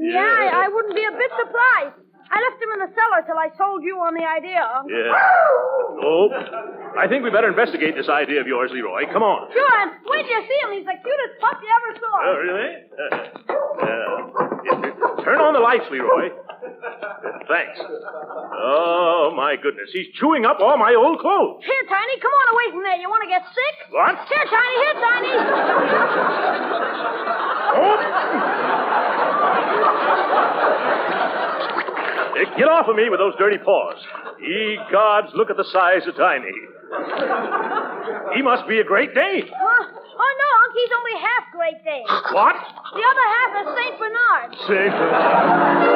F: Yeah, I, I wouldn't be a bit surprised. I left him in the cellar till I sold you on the idea. Uncle.
D: Yeah. Oh. I think we better investigate this idea of yours, Leroy. Come on.
F: Sure, and wait till you see him. He's the cutest pup you ever saw.
D: Oh, really? Uh, uh, turn on the lights, Leroy. Thanks. Oh, my goodness. He's chewing up all my old clothes.
F: Here, Tiny, come on away from there. You want to get sick?
D: What?
F: Here, Tiny, here, Tiny.
D: Eh, Get off of me with those dirty paws. Ye gods, look at the size of Tiny. He must be a great Dane.
F: Huh? Oh, no, Uncle, he's only half Great Dane.
D: What?
F: The other half is St. Bernard.
D: Say,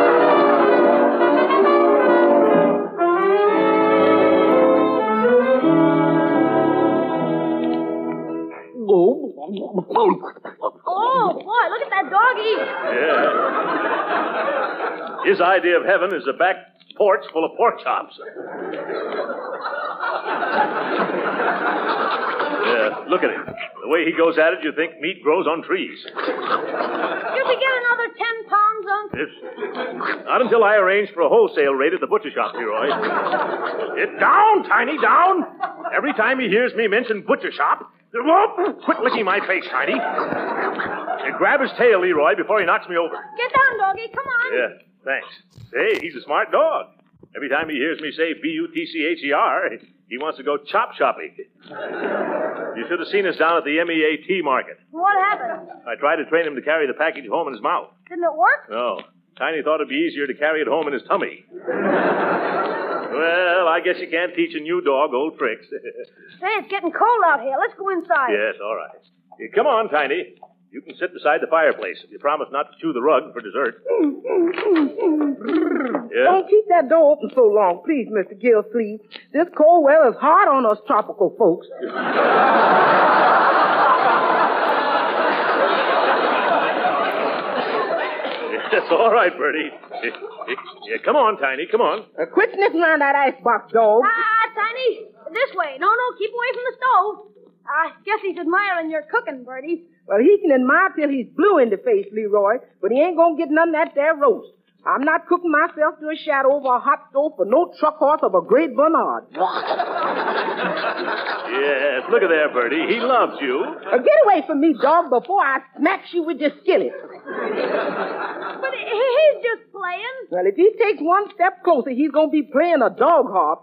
F: Oh, boy, look at that dog eat.
D: his idea of heaven is a back porch full of pork chops. Yeah, look at him. The way he goes at it, you think meat grows on trees.
F: You could get another ten pounds, Uncle.
D: It's not until I arrange for a wholesale rate at the butcher shop, Leroy. Get down, Tiny, down. Every time he hears me mention butcher shop, whoop, quit licking my face, Tiny. And grab his tail, Leroy, before he knocks me over.
F: Get down, doggy. Come on.
D: Yeah, thanks. Hey, he's a smart dog. Every time he hears me say B U T C H E R, he wants to go chop shopping. You should have seen us down at the M E A T market.
F: What happened?
D: I tried to train him to carry the package home in his mouth.
F: Didn't it work?
D: No. Tiny thought it'd be easier to carry it home in his tummy. Well, I guess you can't teach a new dog old tricks.
F: Hey, it's getting cold out here. Let's go inside.
D: yes, all right. Eh, Come on, Tiny. You can sit beside the fireplace if you promise not to chew the rug for dessert. Yeah?
E: Don't keep that door open so long, please, Mr. Gillsleeve. This cold weather is hard on us tropical folks.
D: Yes, all right, Bertie. Eh, eh, Yeah, come on, Tiny, come on.
E: Uh, quit sniffing on that icebox, dog.
F: Ah, Tiny, this way. No, no, keep away from the stove. Ah, I guess he's admiring your cooking, Bertie.
E: Well, he can admire till he's blue in the face, Leroy, but he ain't gonna get none of that there roast. I'm not cooking myself to a shadow over a hot stove for no truck horse of a great Bernard.
D: Yes, look at there, Bertie. He loves you.
E: Uh, get away from me, dog, before I smack you with your skillet.
F: But he- he's just playing.
E: Well, if he takes one step closer, he's gonna be playing a dog harp.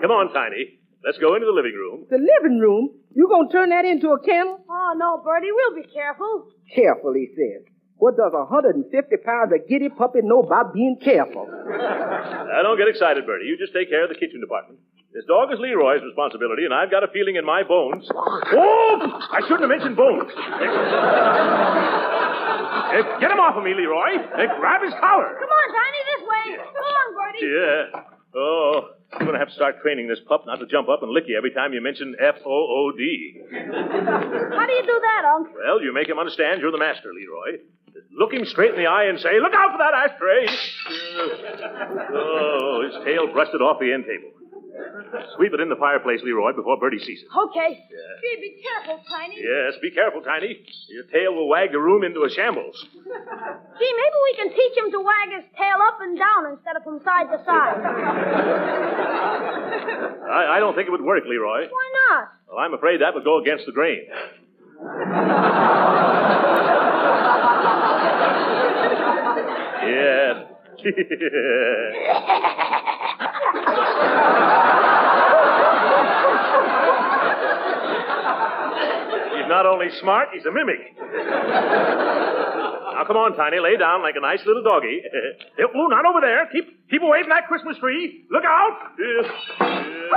D: Come on, Tiny. Let's go into the living room.
E: The living room? You gonna turn that into a kennel?
F: Oh, no, Bertie, we'll be careful.
E: Careful, he says. What does a 150 pounds of giddy puppy know about being careful?
D: Now, Uh, don't get excited, Bertie. You just take care of the kitchen department. This dog is Leroy's responsibility, and I've got a feeling in my bones. Oh! I shouldn't have mentioned bones. Eh, get him off of me, Leroy. Eh, grab his collar.
F: Come on, Tiny, this way. Come on, Bertie.
D: Yeah. Oh, I'm going to have to start training this pup not to jump up and lick you every time you mention F O O D.
F: How do you do that, Unc?
D: Well, you make him understand you're the master, Leroy. Look him straight in the eye and say, Look out for that ashtray! Oh, his tail brushed it off the end table. Sweep it in the fireplace, Leroy, before Bertie sees it.
F: Okay. Gee, be careful, Tiny.
D: Yes, be careful, Tiny. Your tail will wag the room into a shambles.
F: Gee, maybe we can teach him to wag his tail up and down instead of from side to side.
D: I, I don't think it would work, Leroy.
F: Why not?
D: Well, I'm afraid that would go against the grain. Yes. he's not only smart, he's a mimic. Now come on, Tiny, lay down like a nice little doggy. Eh, Ooh, not over there. Keep keep away from that Christmas tree. Look out! Eh, eh,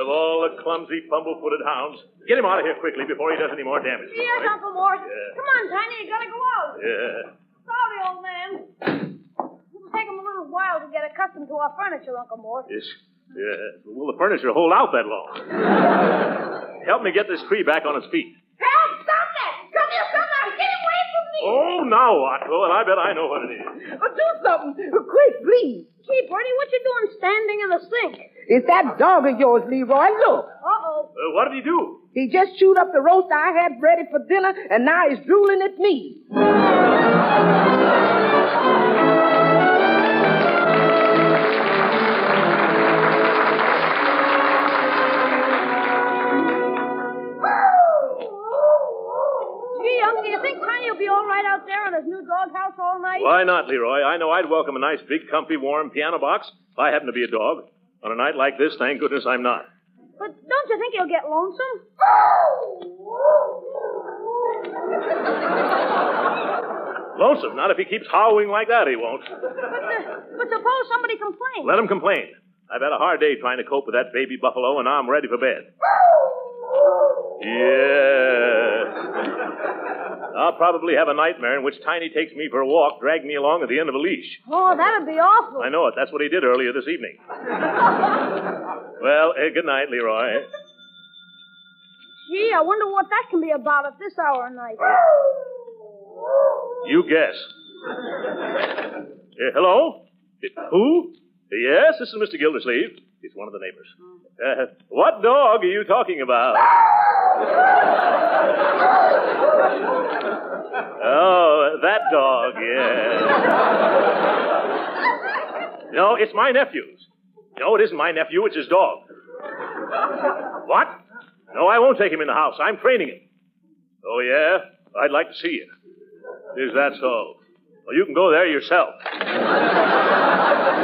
D: Of all the clumsy, fumble-footed hounds, get him out of here quickly before he does any more damage.
F: Yes, Uncle Morris. Come on, Tiny, you gotta go out.
D: Yeah.
F: Sorry, old man. It'll take him a little while to get accustomed to our furniture, Uncle Morris.
D: Yes. Yeah. Will the furniture hold out that long? Help me get this tree back on its feet.
F: Help! Stop that! Come here, come here! Get away from me!
D: Oh, now, Otto, and I bet I know what it is.
E: do something! Quick, please!
F: Gee, Bertie, what you doing standing in the sink?
E: It's that dog of yours, Leroy. Look!
F: Uh-oh.
D: Uh, what did he do?
E: He just chewed up the roast I had ready for dinner, and now he's drooling at me.
F: Gee, Unc, do you think Tiny will be all right out there in his new doghouse all night?
D: Why not, Leroy? I know I'd welcome a nice, big, comfy, warm piano box if I happened to be a dog. On a night like this, thank goodness I'm not.
F: But don't you think he'll get lonesome?
D: Lonesome, not if he keeps howling like that, he won't.
F: But, the, but suppose somebody complains.
D: Let him complain. I've had a hard day trying to cope with that baby buffalo, and now I'm ready for bed. Yeah. I'll probably have a nightmare in which Tiny takes me for a walk, drag me along at the end of a leash.
F: Oh, that'd be awful.
D: I know it. That's what he did earlier this evening. Well, eh, good night, Leroy.
F: Gee, I wonder what that can be about at this hour of night.
D: You guess. Eh, hello? Eh, Who? Eh, Yes, this is Mr. Gildersleeve. He's one of the neighbors. Uh, what dog are you talking about? Oh, that dog, yeah. No, it's my nephew's. No, it isn't my nephew, it's his dog. What? No, I won't take him in the house. I'm training him. Oh, yeah? I'd like to see you. Is that so? Well, you can go there yourself.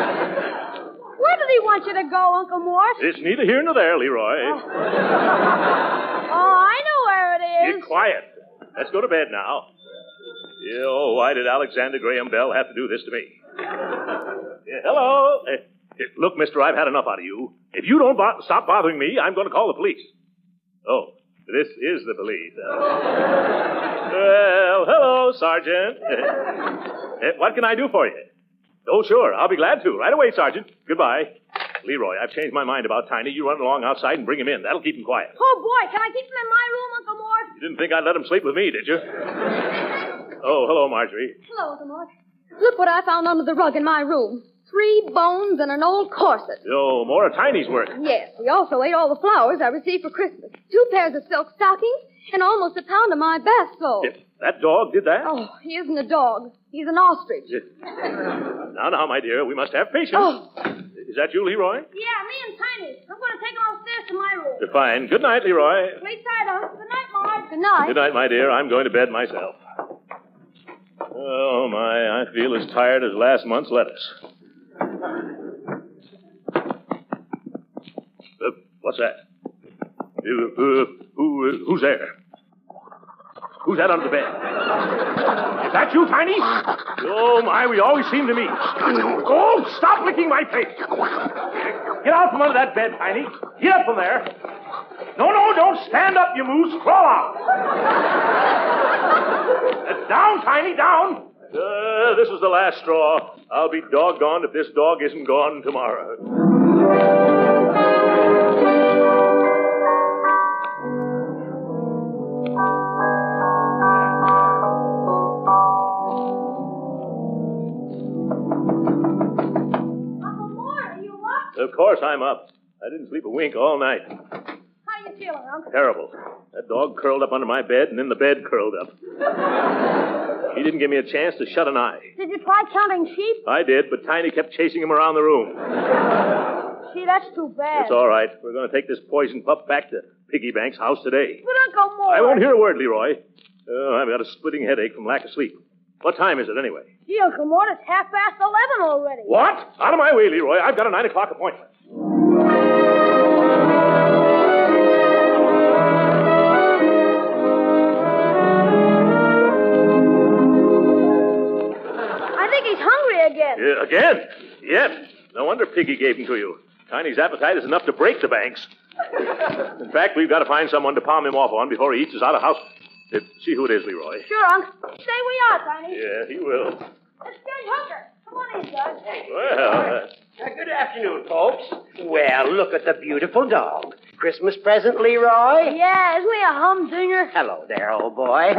F: Where did he want you to go, Uncle Morris?
D: It's neither here nor there, Leroy.
F: Oh, I know where it is.
D: Get quiet. Let's go to bed now. Yeah, Oh, why did Alexander Graham Bell have to do this to me? hello. Uh, uh, look, mister, I've had enough out of you. If you don't bo- stop bothering me, I'm going to call the police. Oh, this is the police. well, hello, Sergeant. Uh, what can I do for you? Oh, sure. I'll be glad to. Right away, Sergeant. Goodbye. Leroy, I've changed my mind about Tiny. You run along outside and bring him in. That'll keep him quiet.
F: Oh, boy, can I keep him in my room, Uncle Mort?
D: You didn't think I'd let him sleep with me, did you? Oh, hello, Marjorie.
I: Hello, Uncle Mort. Look what I found under the rug in my room. Three bones and an old corset.
D: Oh, more of Tiny's work.
I: Yes, we also ate all the flowers I received for Christmas. Two pairs of silk stockings and almost a pound of my bath salts.
D: That dog did that?
I: Oh, he isn't a dog. He's an ostrich.
D: Now, now, my dear, we must have patience.
I: Oh.
D: Is that you, Leroy?
F: Yeah, me and Tiny. I'm going to take him upstairs to my room.
D: Fine. Good night, Leroy.
F: Sleep tight, Uncle. Good night, Marge. Good night.
D: Good night, my dear. I'm going to bed myself. Oh, my. I feel as tired as last month's lettuce. Uh, what's that? Uh, uh, who, uh, who's there? Who's that under the bed? Is that you, Tiny? Oh, my. We always seem to meet. Oh, stop licking my face. Get out from under that bed, Tiny. Get up from there. No, no, don't stand up, you moose. Crawl out. Uh, down, Tiny, down. Uh, this is the last straw. I'll be doggone if this dog isn't gone tomorrow.
F: Uncle Mort, are you up?
D: Of course I'm up. I didn't sleep a wink all night.
F: How you feeling, Uncle?
D: Terrible. That dog curled up under my bed, and then the bed curled up. He didn't give me a chance to shut an eye.
F: Did you try counting sheep?
D: I did, but Tiny kept chasing him around the room.
F: See, that's too bad.
D: It's all right. We're going to take this poison pup back to Piggy Bank's house today.
F: But Uncle Mort.
D: I won't hear a word, Leroy. Oh, I've got a splitting headache from lack of sleep. What time is it, anyway?
F: Gee, Uncle Mort, it's half past eleven already.
D: What? Out of my way, Leroy. I've got a nine o'clock appointment.
F: I think he's hungry again.
D: Yeah, again? Yep. No wonder Piggy gave him to you. Tiny's appetite is enough to break the banks. In fact, we've got to find someone to palm him off on before he eats us out of house. Uh, see who it is, Leroy.
F: Sure, Uncle. Stay where you are, Tiny.
D: Yeah, he will.
F: It's Judge Hooker. Come on in, Judge.
D: Well,
R: good afternoon, folks.
N: Well, look at the beautiful dog. Christmas present, Leroy.
F: Yeah, isn't he a humdinger?
N: Hello there, old boy.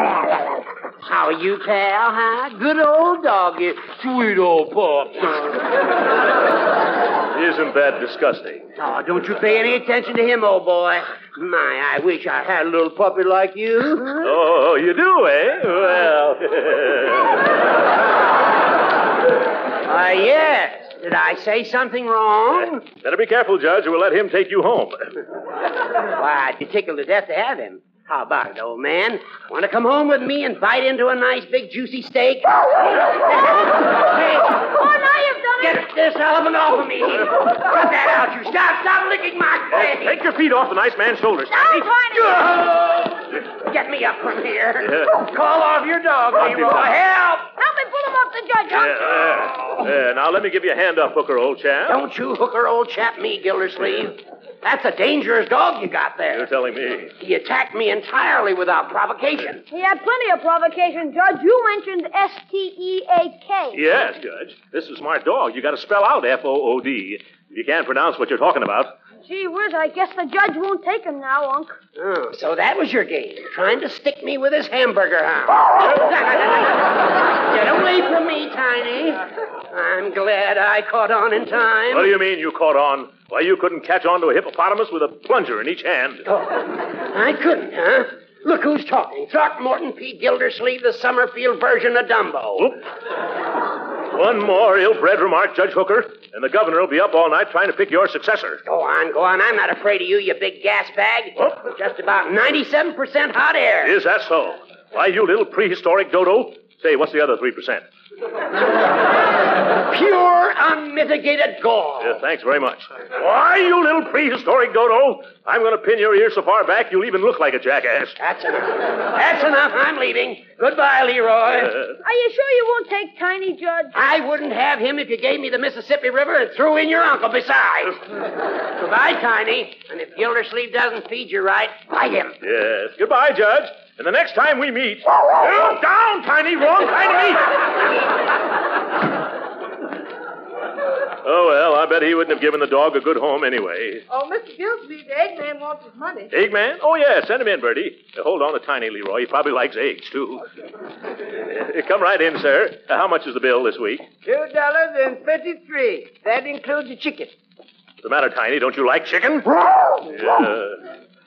N: How you, pal, huh? Good old doggy. Sweet old pup.
D: Isn't that disgusting?
N: Oh, don't you pay any attention to him, old boy. My, I wish I had a little puppy like you.
D: Oh, you do, eh? Well.
N: Ah, yes. Did I say something wrong?
D: Better be careful, Judge, or we'll let him take you home.
N: Why, I'd be tickled to death to have him. How about it, old man? Want to come home with me and bite into a nice big juicy steak?
F: Oh, now you've done
N: Get this element off of me. Cut that out, you. Stop, stop licking my
D: Oh,
N: face.
D: take your feet off the nice man's shoulders.
N: Get me up from here.
D: Yeah.
N: Call off your dog,
D: I'll be
N: Leroy.
D: back.
N: Help!
F: Help me pull him up the judge,
D: Yeah, uh,
F: Uncle.
D: there. There, now let me give you a hand up, Hooker, old chap.
N: Don't you hooker old chap me, Gildersleeve. That's a dangerous dog you got there.
D: You're telling me.
N: He attacked me entirely without provocation.
F: He had plenty of provocation, Judge. You mentioned S T E A K.
D: Yes, Judge. This is a smart dog. You got to spell out F O O D. If you can't pronounce what you're talking about.
F: Gee whiz, I guess the judge won't take him now, Unc.
N: Oh, so that was your game. Trying to stick me with his hamburger hound. Get away from me, Tiny. I'm glad I caught on in time.
D: What do you mean you caught on? Why, you couldn't catch on to a hippopotamus with a plunger in each hand.
N: I Oh, couldn't, huh? Look who's talking. Throckmorton P. Gildersleeve, the Summerfield version of Dumbo.
D: One more ill-bred remark, Judge Hooker, and the governor will be up all night trying to pick your successor.
N: Go on, go on. I'm not afraid of you, you big gas bag. Just about 97% hot air.
D: Is that so? Why, you little prehistoric dodo. Say, what's the other 3%?
R: Pure, unmitigated gall.
D: Yeah, thanks very much. Why, you little prehistoric dodo? I'm going to pin your ear so far back you'll even look like a jackass.
R: That's enough. That's enough. I'm leaving. Goodbye, Leroy.
D: Uh,
F: Are you sure you won't take Tiny Judge?
R: I wouldn't have him if you gave me the Mississippi River and threw in your uncle besides. Goodbye, Tiny. And if Gildersleeve doesn't feed you right, bite him.
D: Yes. Goodbye, Judge. And the next time we meet. Oh, down, Tiny. Wrong kind of Oh, well, I bet he wouldn't have given the dog a good home anyway.
S: Oh, Mr. Gildersleeve, the Eggman wants his money.
D: Eggman? Oh, yeah, send him in, Bertie. Uh, hold on a tiny, Leroy. He probably likes eggs, too. Uh, come right in, sir. Uh, how much is the bill this week?
S: Two dollars and fifty-three. That includes the chicken.
D: What's the matter, Tiny? Don't you like chicken? Yeah.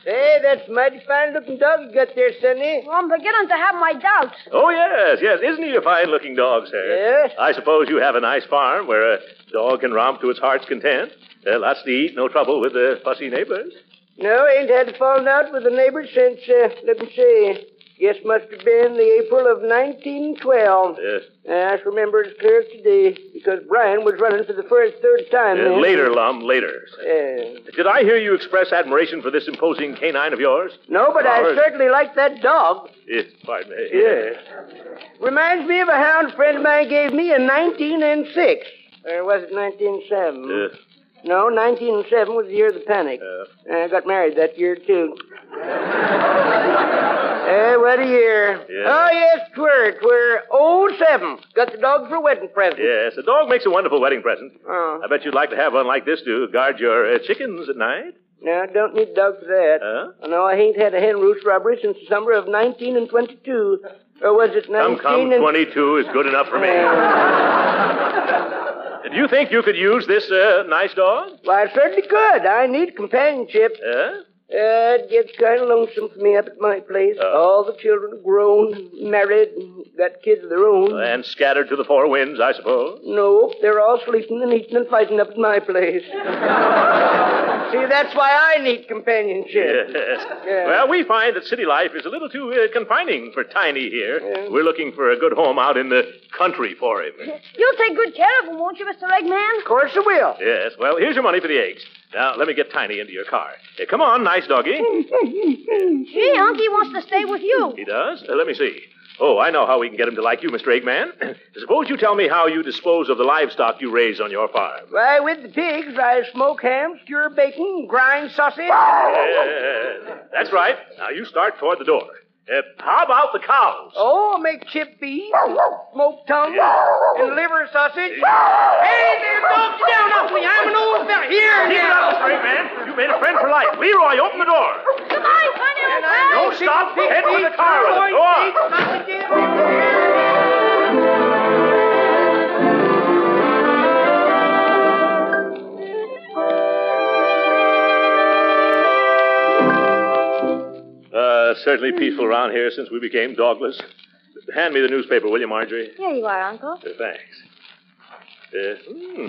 S: Hey, that's mighty fine looking dog you got there, Sonny.
F: I'm beginning to have my doubts.
D: Oh, yes, yes. Isn't he a fine looking dog, sir?
S: Yes.
D: I suppose you have a nice farm where a dog can romp to its heart's content. Uh, lots to eat, no trouble with the fussy neighbors.
S: No, ain't had a falling out with a neighbor since, uh, let me see, guess must have been the April of 1912.
D: Yes.
S: Uh, I remember it as clear as today because Brian was running for the first third time.
D: Uh,
S: then.
D: later, Lum, later.
S: Uh,
D: Did I hear you express admiration for this imposing canine of yours?
S: no, Oh, but I
D: Ours-
S: certainly like that dog.
D: Eh, pardon me.
S: Yes. Reminds me of a hound friend of mine gave me in 1906. Or was it 1907?
D: Uh,
S: No, 1907 was the year of the panic. And I got married that year, too. Eh, what a year.
D: Yeah.
S: Oh, yes, oh twere, twere 07. Got the dog for a wedding present.
D: yes, a dog makes a wonderful wedding present.
S: Oh,
D: I bet you'd like to have one like this to guard your uh, chickens at night.
S: no, don't need a dog for that.
D: Huh?
S: Oh, no, I ain't had a hen roost robbery since the summer of 1922. Or was it 19
D: Come, come,
S: and...
D: 22 is good enough for me. Oh. Do you think you could use this uh, nice dog? Eh?
S: Why, I certainly could. I need companionship.
D: Huh?
S: Uh, it gets kind of lonesome for me up at my place.
D: Uh.
S: All the children are grown, married, and got kids of their own.
D: And scattered to the four winds, I suppose.
S: Nope, they're all sleeping and eating and fighting up at my place. See, that's why I need companionship.
D: Yes.
S: Yeah.
D: Well, we find that city life is a little too uh, confining for Tiny here. We're looking for a good home out in the country for him.
F: You'll take good care of him, won't you, Mr. Eggman?
S: Of course I will.
D: Yes, well, here's your money for the eggs. Now, let me get Tiny into your car. Uh, come on, nice doggy.
F: Gee, Unky wants to stay with you.
D: He does? Uh, let me see. Oh, I know how we can get him to like you, Mr. Eggman. Suppose you tell me how you dispose of the livestock you raise on your farm.
S: Why, with the pigs, I smoke ham, skewer bacon, grind sausage.
D: Yeah, that's right. Now, you start toward the door. Uh, how about the cows?
S: Oh, I make chip beef, smoked tongue, and liver sausage. Hey there, folks, down off me. I'm an old fella. Here
D: Keep it
S: now.
D: up, straight man. You made a friend for life. Leroy, open the door.
F: Goodbye, Tiny old pal.
D: Don't stop. Head for the car with it. Go on. Uh, certainly peaceful around here since we became dogless. Hand me the newspaper, will you, Marjorie?
I: Here you are, Uncle.
D: Uh, thanks. Uh, hmm.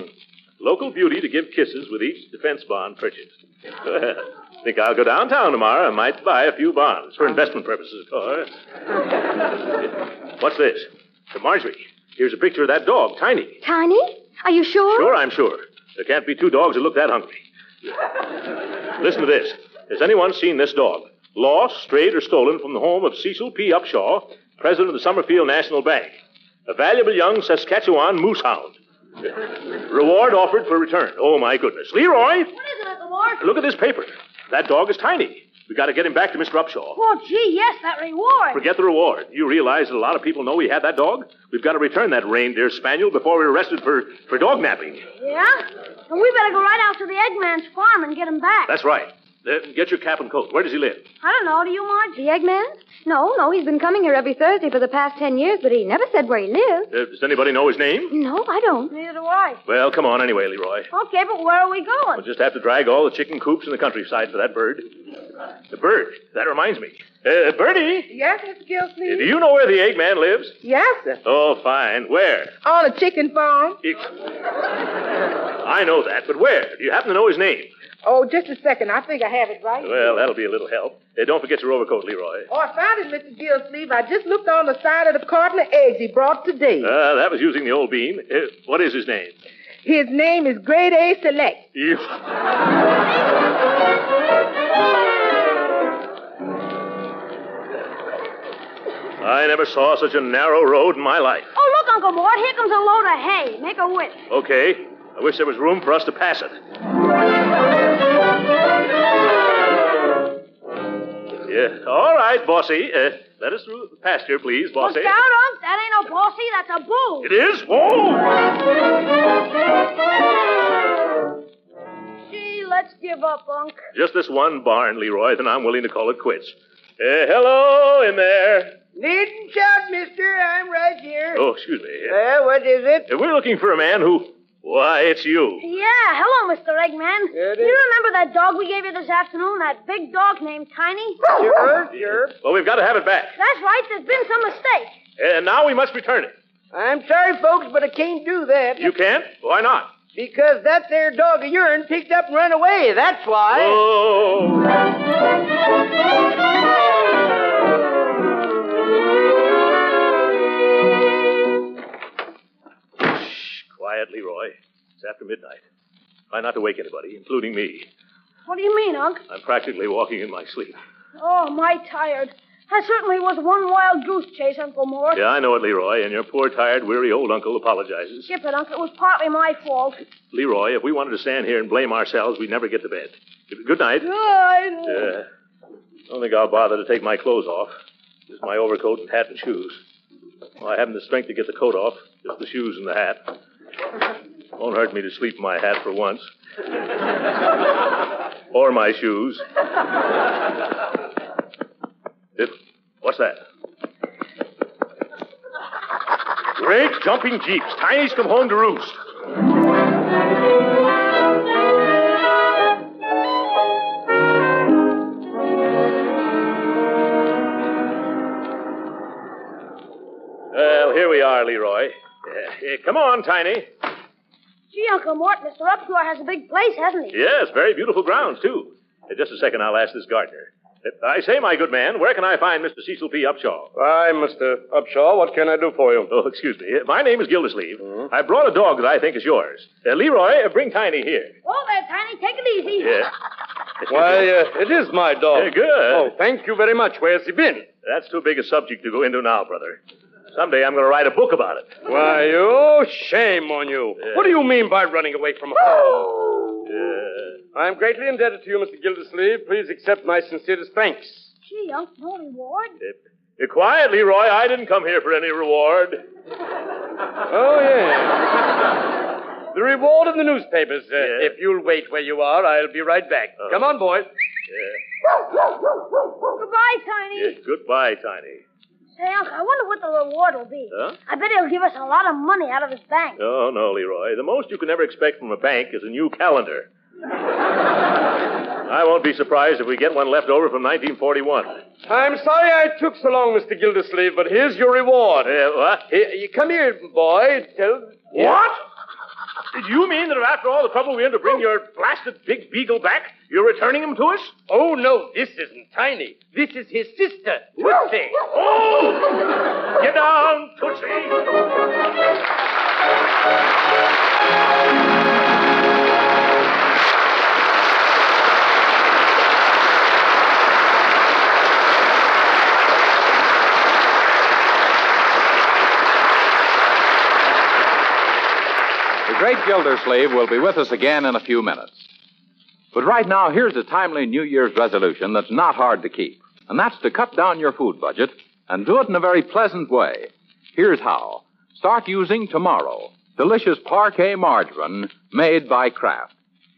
D: Local beauty to give kisses with each defense bond purchased. Well, think I'll go downtown tomorrow. I might buy a few bonds for investment purposes, of course. What's this? To Marjorie, here's a picture of that dog, Tiny.
I: Tiny? Are you sure?
D: Sure, I'm sure. There can't be two dogs that look that hungry. Listen to this. Has anyone seen this dog? Lost, strayed, or stolen from the home of Cecil P. Upshaw, president of the Summerfield National Bank. A valuable young Saskatchewan moose hound. Reward offered for return. Oh, my goodness. Leroy,
F: What is it, Uncle Mort?
D: look at this paper. That dog is tiny. We got to get him back to Mr. Upshaw.
F: Oh, gee, yes, that reward.
D: Forget the reward. You realize that a lot of people know we had that dog? We've got to return that reindeer spaniel before we're arrested for, for dog napping.
F: Yeah? And we better go right out to the Eggman's farm and get him back.
D: That's right. Uh, get your cap and coat. Where does he live?
F: I don't know. Do you, Marge?
I: The Eggman? No, no, he's been coming here every Thursday for the past ten years, but he never said where he lived.
D: Uh, does anybody know his name?
I: No, I don't.
F: Neither do I.
D: Well, come on anyway, Leroy.
F: Okay, but where are we going?
D: We'll just have to drag all the chicken coops in the countryside for that bird. The bird. That reminds me. Uh, Bertie,
E: Yes, Mr.
D: do
E: Gilsleeve?
D: you know where the Eggman lives?
E: Yes, sir.
D: Oh, fine. Where?
E: On a chicken farm.
D: I know that, but where? Do you happen to know his name?
E: Oh, just a second. I think I have it right.
D: Well, that'll be a little help. Uh, don't forget your overcoat, Leroy.
E: Oh, I found it, Mr. Gillsleeve. I just looked on the side of the carton of eggs he brought today.
D: Uh, that was using the old beam. Uh, what is his name?
E: His name is Grade A Select.
D: You- I never saw such a narrow road in my life.
F: Oh, look, Uncle Mort, here comes a load of hay. Make a whip.
D: Okay. I wish there was room for us to pass it. Yeah. All right, Bossy. Uh, let us through the pasture, please,
F: Well,
D: Bossy.
F: Scout Ump, that ain't no bossy, that's a bull.
D: It is? Whoa!
F: Gee, let's give up, Unc.
D: Just this one barn, Leroy, then I'm willing to call it quits. Uh, hello in there.
S: Needn't shout, mister. I'm right here.
D: Oh, excuse me.
S: Well, what is it?
D: Uh, We're looking for a man who. Why, it's you.
F: Yeah, hello, Mr. Eggman.
D: it
F: you
D: is.
F: remember that dog we gave you this afternoon? That big dog named Tiny?
D: Well, we've got to have it back.
F: That's right, there's been some mistake.
D: And now we must return it.
S: I'm sorry, folks, but I can't do that.
D: You can't? Why not?
S: Because that there dog of yourn picked up and run away. That's why.
D: Oh. Quiet, Leroy. It's after midnight. Try not to wake anybody, including me.
F: What do you mean, Unc?
D: I'm practically walking in my sleep.
F: Oh, my tired. That certainly was one wild goose chase, Uncle Mort.
D: Yeah, I know it, Leroy, and your poor, tired, weary old uncle apologizes.
F: Skip it, Unc. It was partly my fault.
D: Leroy, if we wanted to stand here and blame ourselves, we'd never get to bed. Good night. Uh, don't think I'll bother to take my clothes off. Just my overcoat and hat and shoes. Well, I haven't the strength to get the coat off, just the shoes and the hat. Won't hurt me to sleep in my hat for once, or my shoes. If, what's that? Great jumping jeeps. Tiny's come home to roost. Well, here we are, Leroy. Uh, eh, come on, Tiny.
F: Gee, Uncle Mort, Mr. Upshur has a big place, hasn't he?
D: Yes, very beautiful grounds, too. Uh, Just a second, I'll ask this gardener. Uh, I say, my good man, where can I find Mr. Cecil P. Upshaw?
T: Why, Mr. Upshaw, what can I do for you? Mm-hmm.
D: Oh, excuse me. Uh, My name is Gildersleeve. I brought a dog that I think is yours. Uh, Leroy, uh, bring Tiny here.
F: Oh, there, Tiny, take it easy.
D: Yeah.
T: Why, uh, it is my dog.
D: Uh, good.
T: Oh, thank you very much. Where's he been?
D: That's too big a subject to go into now, brother. Someday I'm going to write a book about it.
T: Why, oh, shame on you. What do you mean by running away from home? I'm greatly indebted to you, Mr. Gildersleeve. Please accept my sincerest thanks.
F: Gee, Unc, no reward.
D: Uh, quiet, Leroy. I didn't come here for any reward.
T: Oh, yeah. The reward in the newspapers. Uh, If you'll wait where you are, I'll be right back.
D: Oh.
T: Come on, boy.
F: Goodbye, Tiny.
D: Yeah, goodbye, Tiny.
F: Say, Unc, I wonder what the reward will be.
D: Huh?
F: I bet he'll give us a lot of money out of his bank.
D: Oh, no, Leroy. The most you can ever expect from a bank is a new calendar. I won't be surprised if we get one left over from 1941.
T: I'm sorry I took so long, Mr. Gildersleeve, but here's your reward.
D: Uh, what?
T: Here, you come here, boy. Tell.
D: What? Did you mean that after all the trouble we had to bring your blasted big beagle back, you're returning him to us?
T: Oh, no, this isn't Tiny. This is his sister, Tootsie.
D: Oh! Get down, Tootsie!
A: The great Gildersleeve will be with us again in a few minutes. But right now, here's a timely New Year's resolution that's not hard to keep, and that's to cut down your food budget and do it in a very pleasant way. Here's how. Start using tomorrow delicious parquet margarine made by Kraft.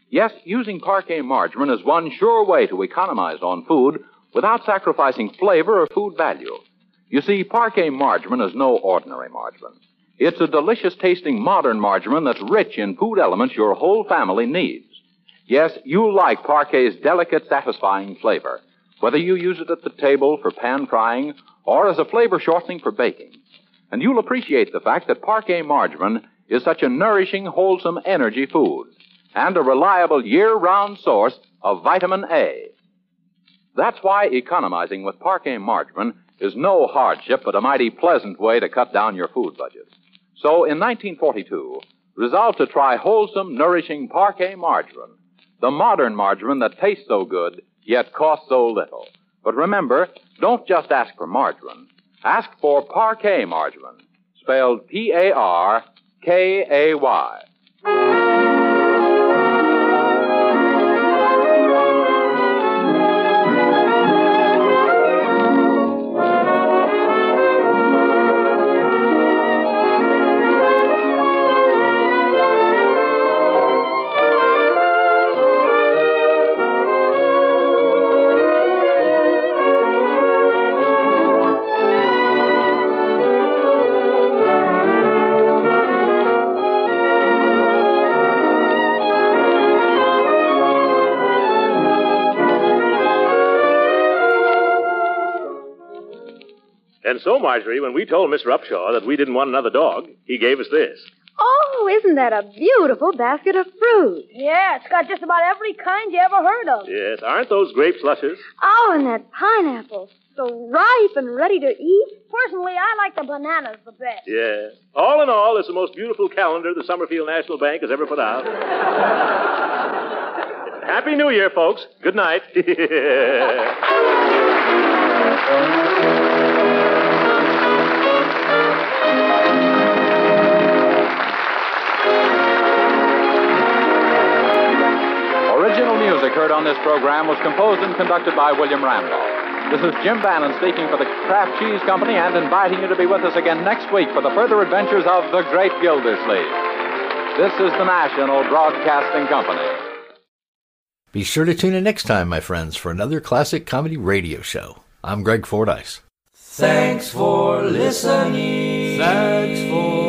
A: Yes, using parquet margarine is one sure way to economize on food without sacrificing flavor or food value. You see, parquet margarine is no ordinary margarine. It's a delicious tasting modern margarine that's rich in food elements your whole family needs. Yes, you'll like parquet's delicate, satisfying flavor, whether you use it at the table for pan frying or as a flavor shortening for baking. And you'll appreciate the fact that parquet margarine is such a nourishing, wholesome energy food. and a reliable year-round source of vitamin A. That's why economizing with Parquet margarine is no hardship, but a mighty pleasant way to cut down your food budget. So in 1942, resolved to try wholesome, nourishing Parquet margarine, the modern margarine that tastes so good, yet costs so little. But remember, don't just ask for margarine. Ask for Parquet margarine, spelled P-A-R-K-A-Y.
D: And so, Marjorie, when we told Mr. Upshaw that we didn't want another dog, he gave us this.
I: Oh, isn't that a beautiful basket of fruit?
F: Yeah, it's got just about every kind you ever heard of.
D: Yes, aren't those grapes luscious?
I: Oh, and that pineapple.
F: So ripe and ready to eat. Personally, I like the bananas the best.
D: Yes. All in all, it's the most beautiful calendar the Summerfield National Bank has ever put out. Happy New Year, folks. Good night.
A: Original music heard on this program was composed and conducted by William Randolph. This is Jim Bannon speaking for the Kraft Cheese Company and inviting you to be with us again next week for the further adventures of the Great Gildersleeve. This is the National Broadcasting Company.
B: Be sure to tune in next time, my friends, for another classic comedy radio show. I'm Greg Fordyce.
U: Thanks for listening. Thanks for